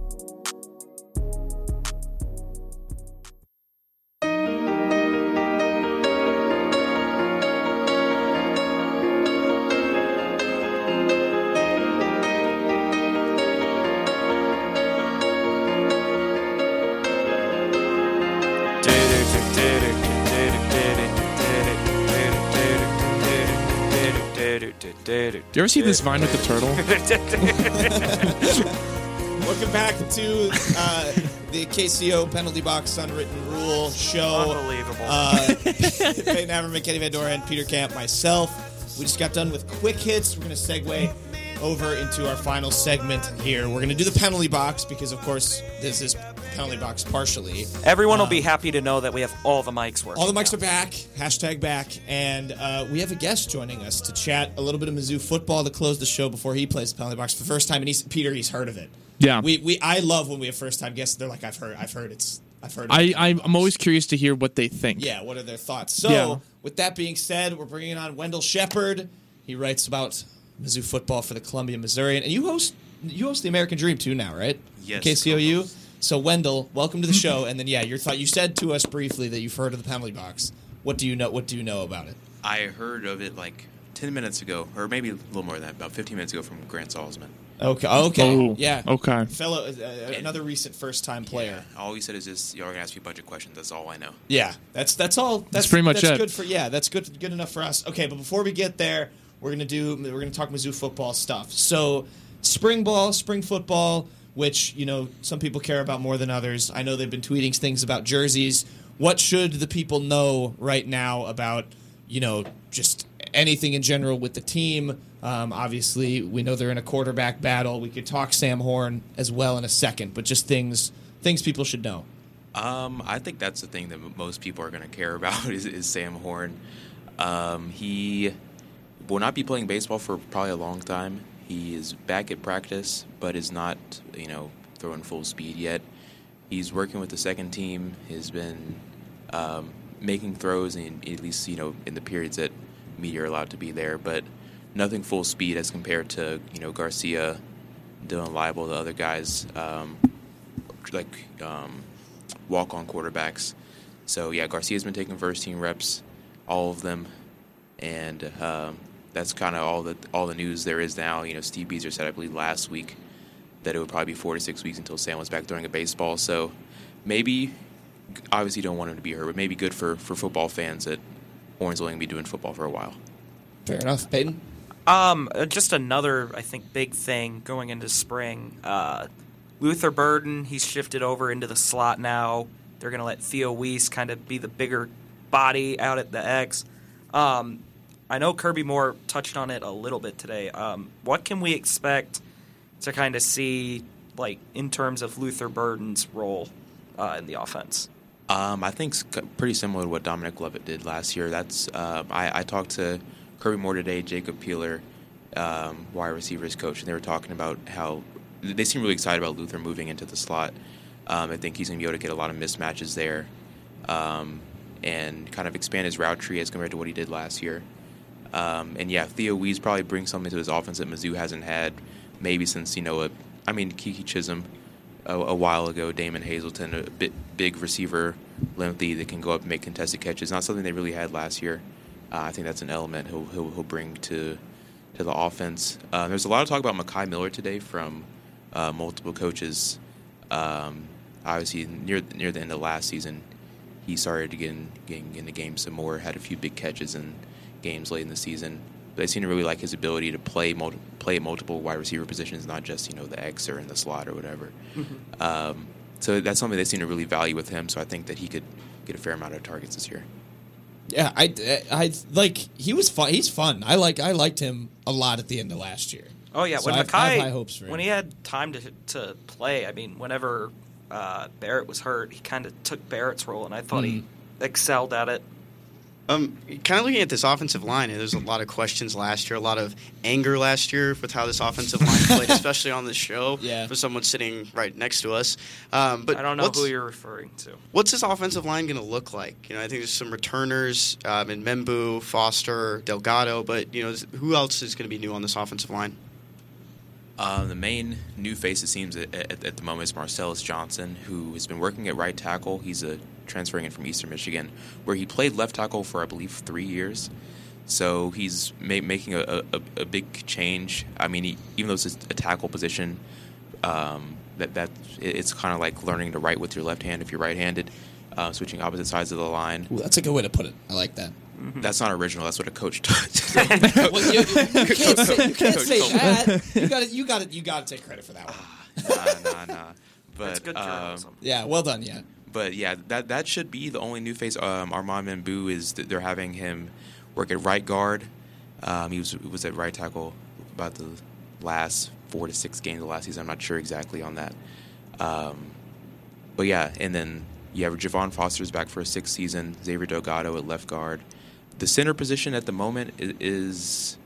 Speaker 6: Do you ever see this vine with the turtle?
Speaker 7: [laughs]
Speaker 4: Welcome back to uh, the KCO Penalty Box Unwritten Rule show.
Speaker 5: Unbelievable.
Speaker 4: Uh, [laughs] Peyton Haverman, Kenny Vandora, and Peter Camp, myself. We just got done with quick hits. We're going to segue over into our final segment here. We're going to do the penalty box because, of course, this is penalty box partially.
Speaker 5: Everyone
Speaker 4: Uh,
Speaker 5: will be happy to know that we have all the mics working.
Speaker 4: All the mics are back. Hashtag back. And uh, we have a guest joining us to chat a little bit of Mizzou football to close the show before he plays the penalty box for the first time. And he's Peter. He's heard of it.
Speaker 6: Yeah.
Speaker 4: We, we I love when we have first time guests. They're like, I've heard. I've heard. It's. I've heard. Of
Speaker 6: I,
Speaker 4: it.
Speaker 6: I'm I'm always curious to hear what they think.
Speaker 4: Yeah. What are their thoughts? So
Speaker 6: Yeah.
Speaker 4: with that being said, we're bringing on Wendell Shepard. He writes about Mizzou football for the Columbia Missourian, and you host you host the American Dream too now, right?
Speaker 17: Yes,
Speaker 4: KCOU. So Wendell, welcome to
Speaker 6: [laughs]
Speaker 4: the show. And then yeah, your thought. You said to us briefly that you've heard of the penalty box. What do you know? What do you know about it?
Speaker 17: I heard of it like 10 minutes ago, or maybe a little more than that, about 15 minutes ago from Grant Salzman.
Speaker 4: Okay. Okay.
Speaker 6: Oh,
Speaker 4: yeah.
Speaker 6: okay.
Speaker 4: Fellow, uh, uh, another recent first-time player.
Speaker 17: All he said is just, y'all are going to ask me a bunch of questions. That's all I know.
Speaker 4: Yeah. That's that's all. That's,
Speaker 6: pretty much
Speaker 4: that's
Speaker 6: it.
Speaker 4: Good for yeah. That's good. Good enough for us. Okay. But before we get there, we're gonna do. We're gonna talk Mizzou football stuff. So, spring ball, spring football, which you know some people care about more than others. I know they've been tweeting things about jerseys. What should the people know right now about you know just anything in general with the team? Um, obviously, we know they're in a quarterback battle. We could talk Sam Horn as well in a second, but just things things people should know.
Speaker 17: Um, I think that's the thing that m- most people are going to care [laughs] about is, is Sam Horn. Um, he will not be playing baseball for probably a long time. He is back at practice, but is not, you know, throwing full speed yet. He's working with the second team. Has been um, making throws, and at least you know in the periods that media are allowed to be there, but nothing full speed as compared to you know Garcia, Dylan Libel, the other guys. Um, like um, walk on quarterbacks. So yeah, Garcia's been taking first team reps, all of them, and um, that's kind of all the all the news there is now. You know, Steve Beezer said I believe last week that it would probably be four to six weeks until Sam was back throwing a baseball. So maybe obviously don't want him to be hurt, but maybe good for for football fans that Horn's only gonna be doing football for a while.
Speaker 4: Fair enough, Peyton.
Speaker 5: Um, uh, just another, I think, big thing going into spring. Uh, Luther Burden, he's shifted over into the slot now. They're going to let Theo Weiss kind of be the bigger body out at the X. Um, I know Kirby Moore touched on it a little bit today. Um, what can we expect to kind of see, like in terms of Luther Burden's role uh, in the offense?
Speaker 17: Um, I think it's c- pretty similar to what Dominic Lovett did last year. That's um, I, I talked to Kirby Moore today, Jacob Peeler, um, wide receivers coach, and they were talking about how they seem really excited about Luther moving into the slot. Um, I think he's going to be able to get a lot of mismatches there, um, and kind of expand his route tree as compared to what he did last year. Um, and yeah, Theo Wees probably brings something to his offense that Mizzou hasn't had maybe since you know a, I mean Kiki Chisholm a, a while ago, Damon Hazleton, a bit, big receiver, lengthy that can go up and make contested catches. Not something they really had last year. Uh, I think that's an element he'll he'll, he'll bring to to the offense. Uh, there's a lot of talk about Makai Miller today from uh, multiple coaches. Um, obviously, near near the end of last season, he started getting getting in the game some more. Had a few big catches and games late in the season. But they seem to really like his ability to play multi- play multiple wide receiver positions, not just you know the X or in the slot or whatever. Um, so that's something they seem to really value with him. So I think that he could get a fair amount of targets this year.
Speaker 4: Yeah, I, I, I- like he was fun. He's fun. I like I liked him a lot at the end of last year.
Speaker 5: Oh yeah,
Speaker 4: So
Speaker 5: when
Speaker 4: I have-
Speaker 5: Mackay,
Speaker 4: I have high hopes for him.
Speaker 5: when he had time to to play, I mean, whenever uh, Barrett was hurt, he kind of took Barrett's role, and I thought he
Speaker 4: Hmm.
Speaker 5: excelled at it.
Speaker 7: Um, kind of looking at this offensive line, and there's a lot of questions last year, a lot of anger last year with how this offensive line
Speaker 5: [laughs]
Speaker 7: played, especially on this show. Yeah. For someone sitting right next to us, um, but
Speaker 5: I don't know
Speaker 7: what's-
Speaker 5: who you're referring to.
Speaker 7: What's this offensive line going to look like? You know, I think there's some returners um, in Membu, Foster, Delgado, but you know, who else is going to be new on this offensive line?
Speaker 17: Um, the main new face, it seems, at, at, at the moment is Marcellus Johnson, who has been working at right tackle. He's a transferring in from Eastern Michigan, where he played left tackle for, I believe, three years. So he's ma- making a, a, a- a big change. I mean, he, even though it's a tackle position, um, that that it- it's kind of like learning to write with your left hand if you're right-handed, uh, switching opposite sides of the line.
Speaker 4: Ooh, that's a good way to put it. I like that.
Speaker 17: That's not original. That's what a coach [laughs] does.
Speaker 4: [laughs] well, [laughs] you, you can't say, you can't
Speaker 17: Coach
Speaker 4: [laughs] say
Speaker 17: Cole.
Speaker 4: that. You got to you got to you got to take credit for that one.
Speaker 17: [laughs] nah, nah, nah. But
Speaker 4: good
Speaker 17: um,
Speaker 7: uh,
Speaker 4: journalism. Yeah, well done, yeah.
Speaker 17: But yeah, that that should be the only new face. Um, Armand Mambu is th- they're having him work at right guard. Um, he was was at right tackle about the last four to six games of last season. I'm not sure exactly on that. Um, but yeah, and then you have Javon Foster's back for a sixth season. Xavier Delgado at left guard. The center position at the moment i-
Speaker 4: [laughs]
Speaker 17: is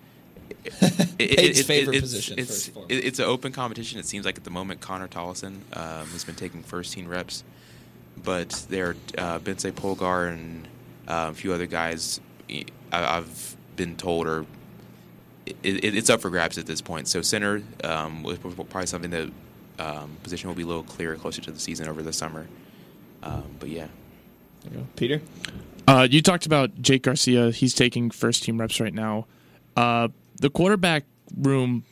Speaker 4: Page's favorite
Speaker 17: it's-
Speaker 4: position,
Speaker 17: It's,
Speaker 4: first and foremost.
Speaker 17: it- it's an open competition. It seems like at the moment Connor Tollison um, has been taking first team reps, but there uh, Bense Polgar and uh, a few other guys e, I, I've been told are it, it, it's up for grabs at this point. So center um, was probably something that um, position will be a little clearer closer to the season over the summer. Um, but yeah.
Speaker 4: Peter?
Speaker 6: Uh, you talked about Jake Garcia. He's taking first team reps right now. Uh, the quarterback room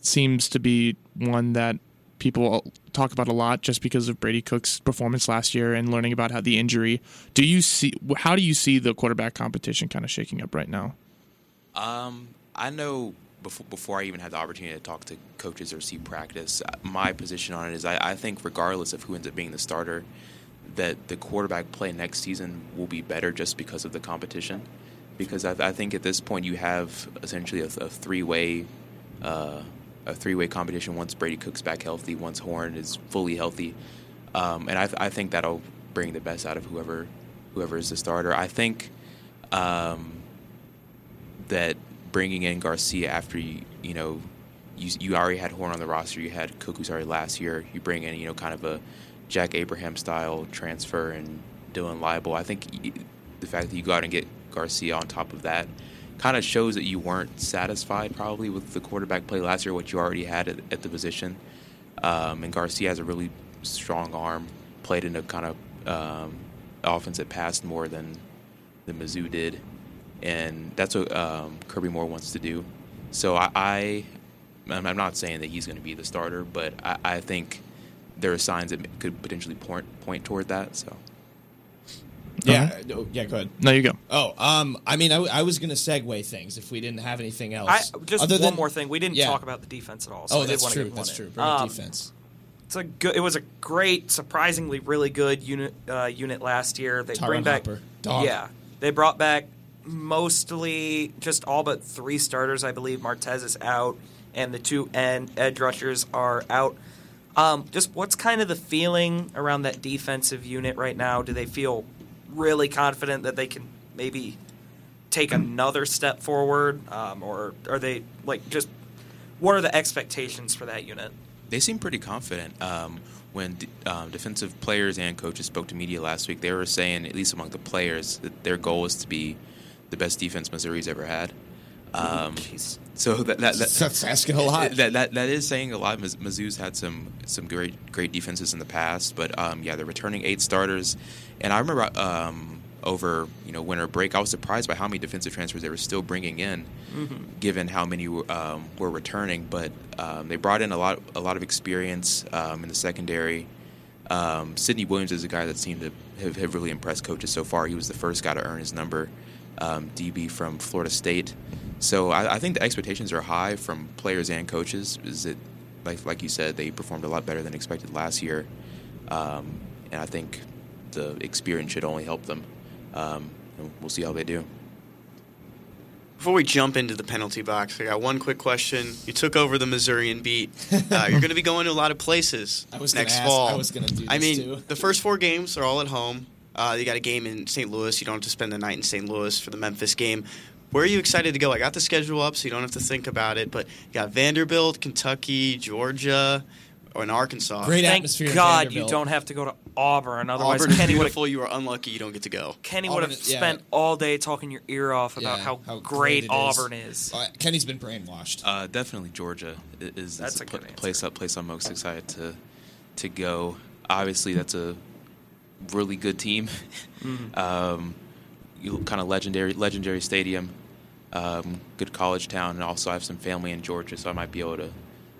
Speaker 6: seems to be one that people talk about a lot just because of Brady Cook's performance last year and learning about how the injury. Do you see how do you see the quarterback competition kind of shaking up right now?
Speaker 17: Um, I know before, before I even had the opportunity to talk to coaches or see practice, uh, my position on it is I, I think regardless of who ends up being the starter, that the quarterback play next season will be better just because of the competition. Because I, I think at this point you have essentially a, a three-way, uh, a three-way competition. Once Brady Cook's back healthy, once Horn is fully healthy, um, and I, I think that'll bring the best out of whoever, whoever is the starter. I think. Um, that bringing in Garcia after you you know you you already had Horn on the roster, you had Cook who's already last year, you bring in you know kind of a Jack Abraham style transfer and Dylan Libel. I think y- the fact that you go out and get Garcia on top of that kind of shows that you weren't satisfied probably with the quarterback play last year, what you already had at, at the position. Um, and Garcia has a really strong arm, played in a kind of um, offense that passed more than than Mizzou did, and that's what um, Kirby Moore wants to do. So I, I I'm I'm not saying that he's going to be the starter, but I, I think there are signs that could potentially point point toward that. So
Speaker 4: Yeah, uh, no, yeah. Go ahead.
Speaker 6: No, you go.
Speaker 4: Oh, um, I mean, I, w- I was gonna segue things if we didn't have anything else.
Speaker 5: I, just
Speaker 4: Other
Speaker 5: one
Speaker 4: than-
Speaker 5: more thing, we didn't
Speaker 4: yeah.
Speaker 5: talk about the defense at all. So
Speaker 4: Oh,
Speaker 5: I did
Speaker 4: that's
Speaker 5: wanna
Speaker 4: true,
Speaker 5: get one
Speaker 4: that's
Speaker 5: in. Um,
Speaker 4: true. Bring up defense.
Speaker 5: It's a good. It was a great, surprisingly really good unit uh, unit last year. They
Speaker 4: Tyron
Speaker 5: bring back,
Speaker 4: Hopper, dog.
Speaker 5: yeah, they brought back mostly just all but three starters. I believe Martez is out, and the two end edge rushers are out. Um, just what's kind of the feeling around that defensive unit right now? Do they feel really confident that they can maybe take another step forward, um, or are they like just what are the expectations for that unit?
Speaker 17: they seem pretty confident. Um, when d- um, defensive players and coaches spoke to media last week, they were saying, at least among the players, that their goal is to be the best defense Missouri's ever had. Um, so that, that, that
Speaker 4: [laughs] That's asking a
Speaker 5: [laughs]
Speaker 4: lot.
Speaker 17: That, that that is saying a lot. Miz- Mizzou's had some some great great defenses in the past, but um, yeah, they're returning eight starters, and I remember um, over you know winter break, I was surprised by how many defensive transfers they were still bringing in
Speaker 4: Mm-hmm.
Speaker 17: given how many um, were returning. But um, they brought in a lot, a lot of experience um, in the secondary. Um, Sidney Williams is a guy that seemed to have, have really impressed coaches so far. He was the first guy to earn his number, um, DB from Florida State. So I, I think the expectations are high from players and coaches. Is that, like, like you said, they performed a lot better than expected last year, um, and I think the experience should only help them. Um, and we'll see how they do.
Speaker 7: Before we jump into the penalty box, I got one quick question. You took over the Missourian beat.
Speaker 4: [laughs]
Speaker 7: Uh, you're going to be going to a lot of places
Speaker 4: I was gonna
Speaker 7: next
Speaker 4: ask-
Speaker 7: fall.
Speaker 4: I was gonna do
Speaker 7: I
Speaker 4: this
Speaker 7: mean,
Speaker 4: too.
Speaker 7: the first four games are all at home. Uh, you got a game in St. Louis. You don't have to spend the night in St. Louis for the Memphis game. Where are you excited to go? I got the schedule up, so you don't have to think about it. But you got Vanderbilt, Kentucky, Georgia, or in Arkansas.
Speaker 5: Thank God you don't have to go to Auburn. Otherwise,
Speaker 7: Auburn is
Speaker 5: Kenny would
Speaker 7: beautiful. You are unlucky. You don't get to go.
Speaker 5: Kenny would have spent all day talking your ear off about
Speaker 7: Yeah,
Speaker 5: how,
Speaker 7: how
Speaker 5: great,
Speaker 7: great it is.
Speaker 5: Auburn is.
Speaker 4: Uh, Kenny's been brainwashed.
Speaker 17: Uh, definitely Georgia i- is, is
Speaker 5: That's
Speaker 17: the
Speaker 5: a
Speaker 17: pl-
Speaker 5: good answer.
Speaker 17: place up place I'm most excited to to go. Obviously, that's a really good team. [laughs]
Speaker 15: Mhm.
Speaker 17: um, you kind of legendary legendary stadium, um, good college town, and also I have some family in Georgia, so I might be able to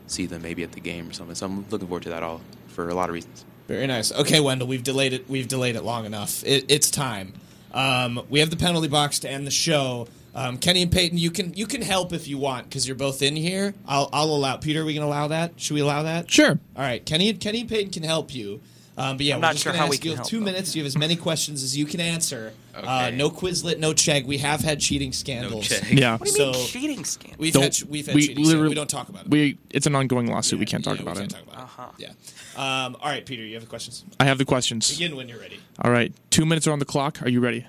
Speaker 17: see them maybe at the game or something. So I'm looking forward to that all for a lot of reasons.
Speaker 4: Very nice. Okay, Wendell, we've delayed it. We've delayed it long enough. It, it's time. Um, we have the penalty box to end the show. Um, Kenny and Peyton, you can you can help if you want because you're both in here. I'll I'll allow. Peter, are we can allow that. Should we allow that?
Speaker 6: Sure.
Speaker 4: All right. Kenny Kenny and Peyton can help you. Um, but yeah,
Speaker 5: I'm
Speaker 4: we're
Speaker 5: not
Speaker 4: just
Speaker 5: sure
Speaker 4: gonna
Speaker 5: how we
Speaker 4: ask you
Speaker 5: can help,
Speaker 4: two
Speaker 5: though.
Speaker 4: minutes. You have as many questions as you can answer. Uh,
Speaker 5: Okay.
Speaker 4: no Quizlet, no Chegg. We have had cheating scandals.
Speaker 6: Chegg. Yeah.
Speaker 5: What do you mean
Speaker 4: So-
Speaker 5: cheating scandals?
Speaker 4: We've
Speaker 6: Don't-
Speaker 4: had we've had
Speaker 6: we
Speaker 4: cheating scandals.
Speaker 6: literally-
Speaker 4: We don't talk about it.
Speaker 6: We it's an ongoing lawsuit. we can't talk about it.
Speaker 4: Uh-huh. Yeah. Um, all right, Peter, you have the questions.
Speaker 6: I have the questions.
Speaker 4: Begin when you're ready.
Speaker 6: All right, two minutes are on the clock. Are you ready?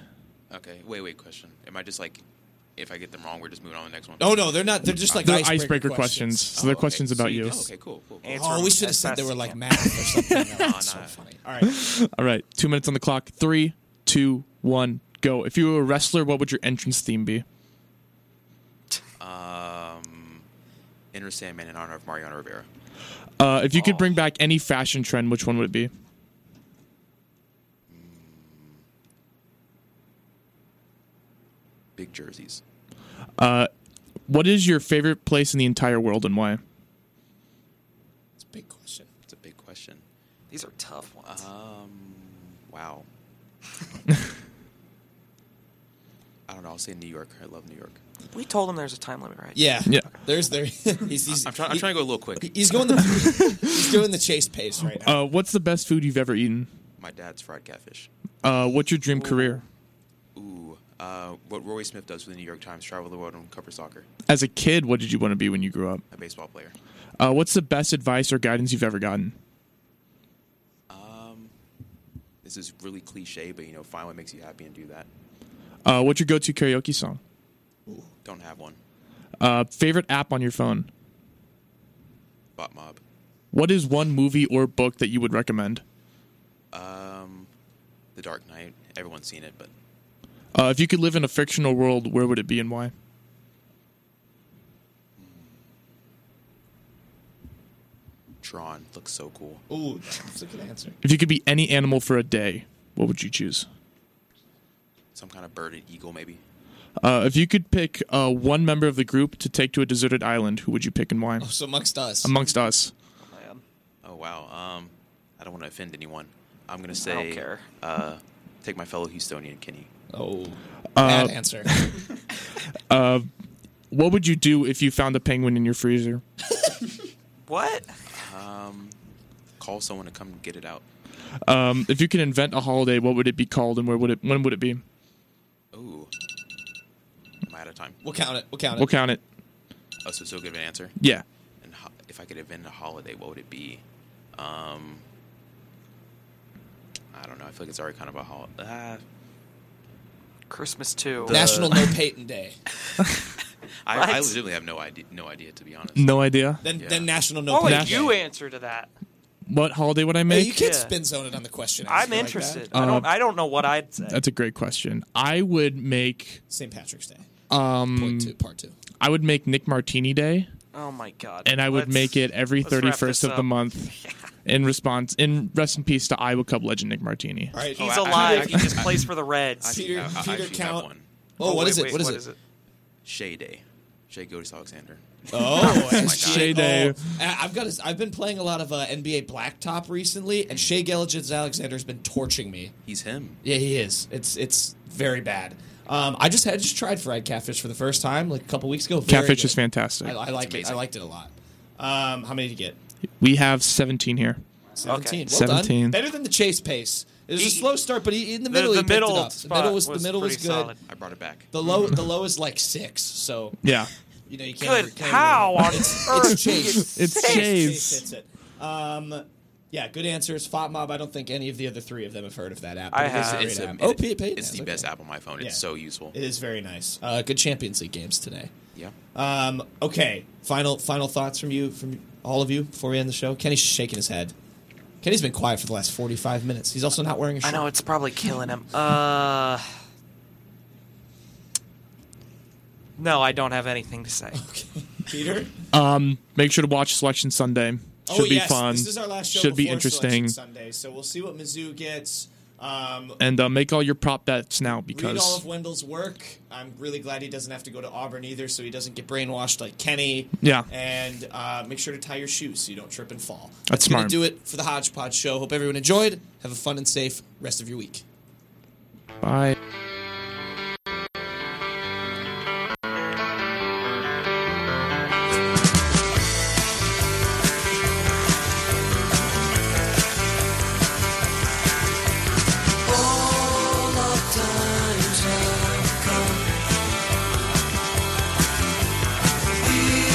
Speaker 17: Okay, wait, wait, question. Am I just like, if I get them wrong, we're just moving on to the next one?
Speaker 4: Oh, no, they're not- they're just like
Speaker 6: They're
Speaker 4: icebreaker
Speaker 6: icebreaker questions.
Speaker 4: questions.
Speaker 6: Oh, So they're questions about you.
Speaker 17: Okay, cool, cool. cool.
Speaker 4: oh, we should have said they were like math or something. no, that's so funny. All right.
Speaker 6: All right, two minutes on the clock. Three, two, one, go. If you were a wrestler, what would your entrance theme be?
Speaker 17: Um, Enter Sandman in honor of Mariano Rivera.
Speaker 6: Uh, if you could bring back any fashion trend, which one would it be?
Speaker 17: Big jerseys.
Speaker 6: Uh, what is your favorite place in the entire world and why?
Speaker 4: It's a big question.
Speaker 17: It's a big question.
Speaker 5: These are tough ones.
Speaker 4: Uh-huh.
Speaker 17: Um, [laughs] wow. I don't know. I'll say New York. I love New York.
Speaker 5: We told him there's a time limit, right?
Speaker 4: Yeah.
Speaker 6: Yeah.
Speaker 4: There's there. [laughs] He's, he's,
Speaker 17: I'm, trying, I'm trying to go a little quick.
Speaker 4: He's going the. he's doing the chase pace right now.
Speaker 6: Uh, what's the best food you've ever eaten?
Speaker 17: My dad's fried catfish.
Speaker 6: Uh, what's your dream career?
Speaker 17: Ooh. Uh, what Roy Smith does for the New York Times, travel the world and cover soccer.
Speaker 6: As a kid, what did you want to be when you grew up?
Speaker 17: A baseball player.
Speaker 6: Uh, what's the best advice or guidance you've ever gotten?
Speaker 17: Um, this is really cliche, but you know, find what makes you happy and do that.
Speaker 6: Uh, what's your go-to karaoke song?
Speaker 17: Don't have one.
Speaker 6: Uh, favorite app on your phone?
Speaker 17: Bot mob.
Speaker 6: What is one movie or book that you would recommend?
Speaker 17: Um, The Dark Knight. Everyone's seen it, but
Speaker 6: Uh, if you could live in a fictional world, where would it be and why?
Speaker 17: Tron looks so cool.
Speaker 6: Uh,
Speaker 4: Ooh, that's a good answer.
Speaker 6: If you could be any animal for a day, what would you choose?
Speaker 17: Some kind of birded eagle, maybe.
Speaker 6: Uh, if you could pick uh, one member of the group to take to a deserted island, who would you pick and why?
Speaker 4: Oh, so amongst us.
Speaker 6: Amongst us.
Speaker 17: Oh wow. Um, I don't want to offend anyone. I'm gonna say.
Speaker 5: don't care.
Speaker 17: Uh, take my fellow Houstonian, Kenny.
Speaker 4: Oh,
Speaker 6: Uh,
Speaker 4: bad answer.
Speaker 6: uh, what would you do if you found a penguin in your freezer?
Speaker 5: What?
Speaker 17: Um, call someone to come get it out.
Speaker 6: Um, if you could invent a holiday, what would it be called and where would it? When would it be?
Speaker 17: Ooh. Am I out of time?
Speaker 4: We'll count it. We'll count it.
Speaker 6: We'll count it.
Speaker 17: Oh, so so good of an answer.
Speaker 6: Yeah.
Speaker 17: And ho- if I could invent a holiday, what would it be? Um, I don't know. I feel like it's already kind of a ah, holiday.
Speaker 5: Christmas too.
Speaker 4: National No Patent Day.
Speaker 5: What?
Speaker 17: I, I legitimately have no idea. No idea, to be honest.
Speaker 6: No idea.
Speaker 4: Then, then national no.
Speaker 5: I'll let
Speaker 6: Nash-
Speaker 5: Oh, you answer to that.
Speaker 6: What holiday would I make?
Speaker 4: you can't spin zone it on the question. I
Speaker 5: I'm
Speaker 4: feel like
Speaker 5: interested.
Speaker 4: that.
Speaker 5: I don't.
Speaker 6: Uh,
Speaker 5: I don't know what I'd say.
Speaker 6: That's a great question. I would make
Speaker 4: St. Patrick's Day.
Speaker 6: um
Speaker 4: Point two, part two.
Speaker 6: I would make Nick Martini Day.
Speaker 5: Oh my god.
Speaker 6: And I would
Speaker 5: Let's-
Speaker 6: make it every
Speaker 5: let's wrap
Speaker 6: thirty first
Speaker 5: this
Speaker 6: of the
Speaker 5: up. [laughs]
Speaker 6: month in response in rest in peace to Iowa Cup legend Nick Martini.
Speaker 4: All right.
Speaker 5: He's
Speaker 17: Oh, I-
Speaker 5: alive.
Speaker 17: I-
Speaker 5: he
Speaker 6: [laughs]
Speaker 5: just plays for the Reds.
Speaker 17: Actually,
Speaker 4: Peter-
Speaker 17: I- I
Speaker 4: Peter
Speaker 17: actually have
Speaker 4: Count-
Speaker 17: one.
Speaker 4: Oh, what
Speaker 17: wait,
Speaker 4: is it?
Speaker 17: wait,
Speaker 4: What is it?
Speaker 17: Shea Day. Shea Gildas Alexander.
Speaker 6: [laughs]
Speaker 4: Oh,
Speaker 17: my God.
Speaker 4: SGA.
Speaker 6: Shea Day.
Speaker 4: Oh, I- I've got. A, I've been playing a lot of uh, NBA Blacktop recently, and Shea Gilgis Alexander's been torching me.
Speaker 17: He's him.
Speaker 4: Yeah, he is. It's it's very bad. Um, I just had just tried fried catfish for the first time like a couple weeks ago. Very
Speaker 6: Catfish
Speaker 4: good.
Speaker 6: is fantastic.
Speaker 4: I, I like it. I liked it a lot. Um, how many did you get?
Speaker 6: We have seventeen here.
Speaker 4: Seventeen. Well done.
Speaker 6: 17.
Speaker 4: Better than the chase pace. It was a slow start, but he, in the
Speaker 5: the-
Speaker 4: middle,
Speaker 5: the
Speaker 4: he picked it
Speaker 5: middle
Speaker 4: up. The
Speaker 5: spot
Speaker 4: middle was,
Speaker 5: was
Speaker 4: the middle was
Speaker 5: pretty
Speaker 4: good.
Speaker 5: solid.
Speaker 17: I brought it back.
Speaker 4: The low
Speaker 5: [laughs]
Speaker 4: the low is like six. So
Speaker 6: Yeah.
Speaker 4: you know you can't.
Speaker 5: Good.
Speaker 4: can't
Speaker 5: How
Speaker 4: really-
Speaker 5: on
Speaker 4: it's,
Speaker 5: earth?
Speaker 4: It's chase.
Speaker 6: It's
Speaker 5: Six.
Speaker 6: Shays.
Speaker 4: That's it. Um, yeah, good answers. Fop Mob. I don't think any of the other three of them have heard of that app. but
Speaker 5: I
Speaker 4: it is a
Speaker 5: have.
Speaker 4: great
Speaker 17: It's, a,
Speaker 4: app.
Speaker 17: it-
Speaker 4: oh, Pete, Pete
Speaker 17: it's
Speaker 4: has,
Speaker 17: the
Speaker 4: okay.
Speaker 17: best app on my phone.
Speaker 4: Yeah.
Speaker 17: It's so useful.
Speaker 4: It is very nice. Uh, good Champions League games today.
Speaker 17: Yeah.
Speaker 4: Um, okay, final final thoughts from you, from all of you, before we end the show. Kenny's shaking his head. Kenny's been quiet for the last forty five minutes. He's also not wearing a
Speaker 5: I
Speaker 4: shirt.
Speaker 5: know it's probably killing him. Uh. No, I don't have anything to say.
Speaker 4: Peter.
Speaker 6: Um, make sure to watch Selection Sunday. Should
Speaker 4: oh
Speaker 6: be
Speaker 4: yes,
Speaker 6: fun.
Speaker 4: this is our last show.
Speaker 6: Should be
Speaker 4: before Selection
Speaker 6: interesting.
Speaker 4: Sunday, so we'll see what Mizzou gets. Um,
Speaker 6: And uh, make all your prop bets
Speaker 4: read
Speaker 6: now
Speaker 4: all of
Speaker 6: because
Speaker 4: Wendell's work. I'm really glad he doesn't have to go to Auburn either, so he doesn't get brainwashed like Kenny.
Speaker 6: Yeah.
Speaker 4: And uh, make sure to tie your shoes so you don't trip and fall.
Speaker 6: That's
Speaker 4: gonna
Speaker 6: smart.
Speaker 4: do it for the Hodgepodge Show. Hope everyone enjoyed. Have a fun and safe rest of your week.
Speaker 6: bye.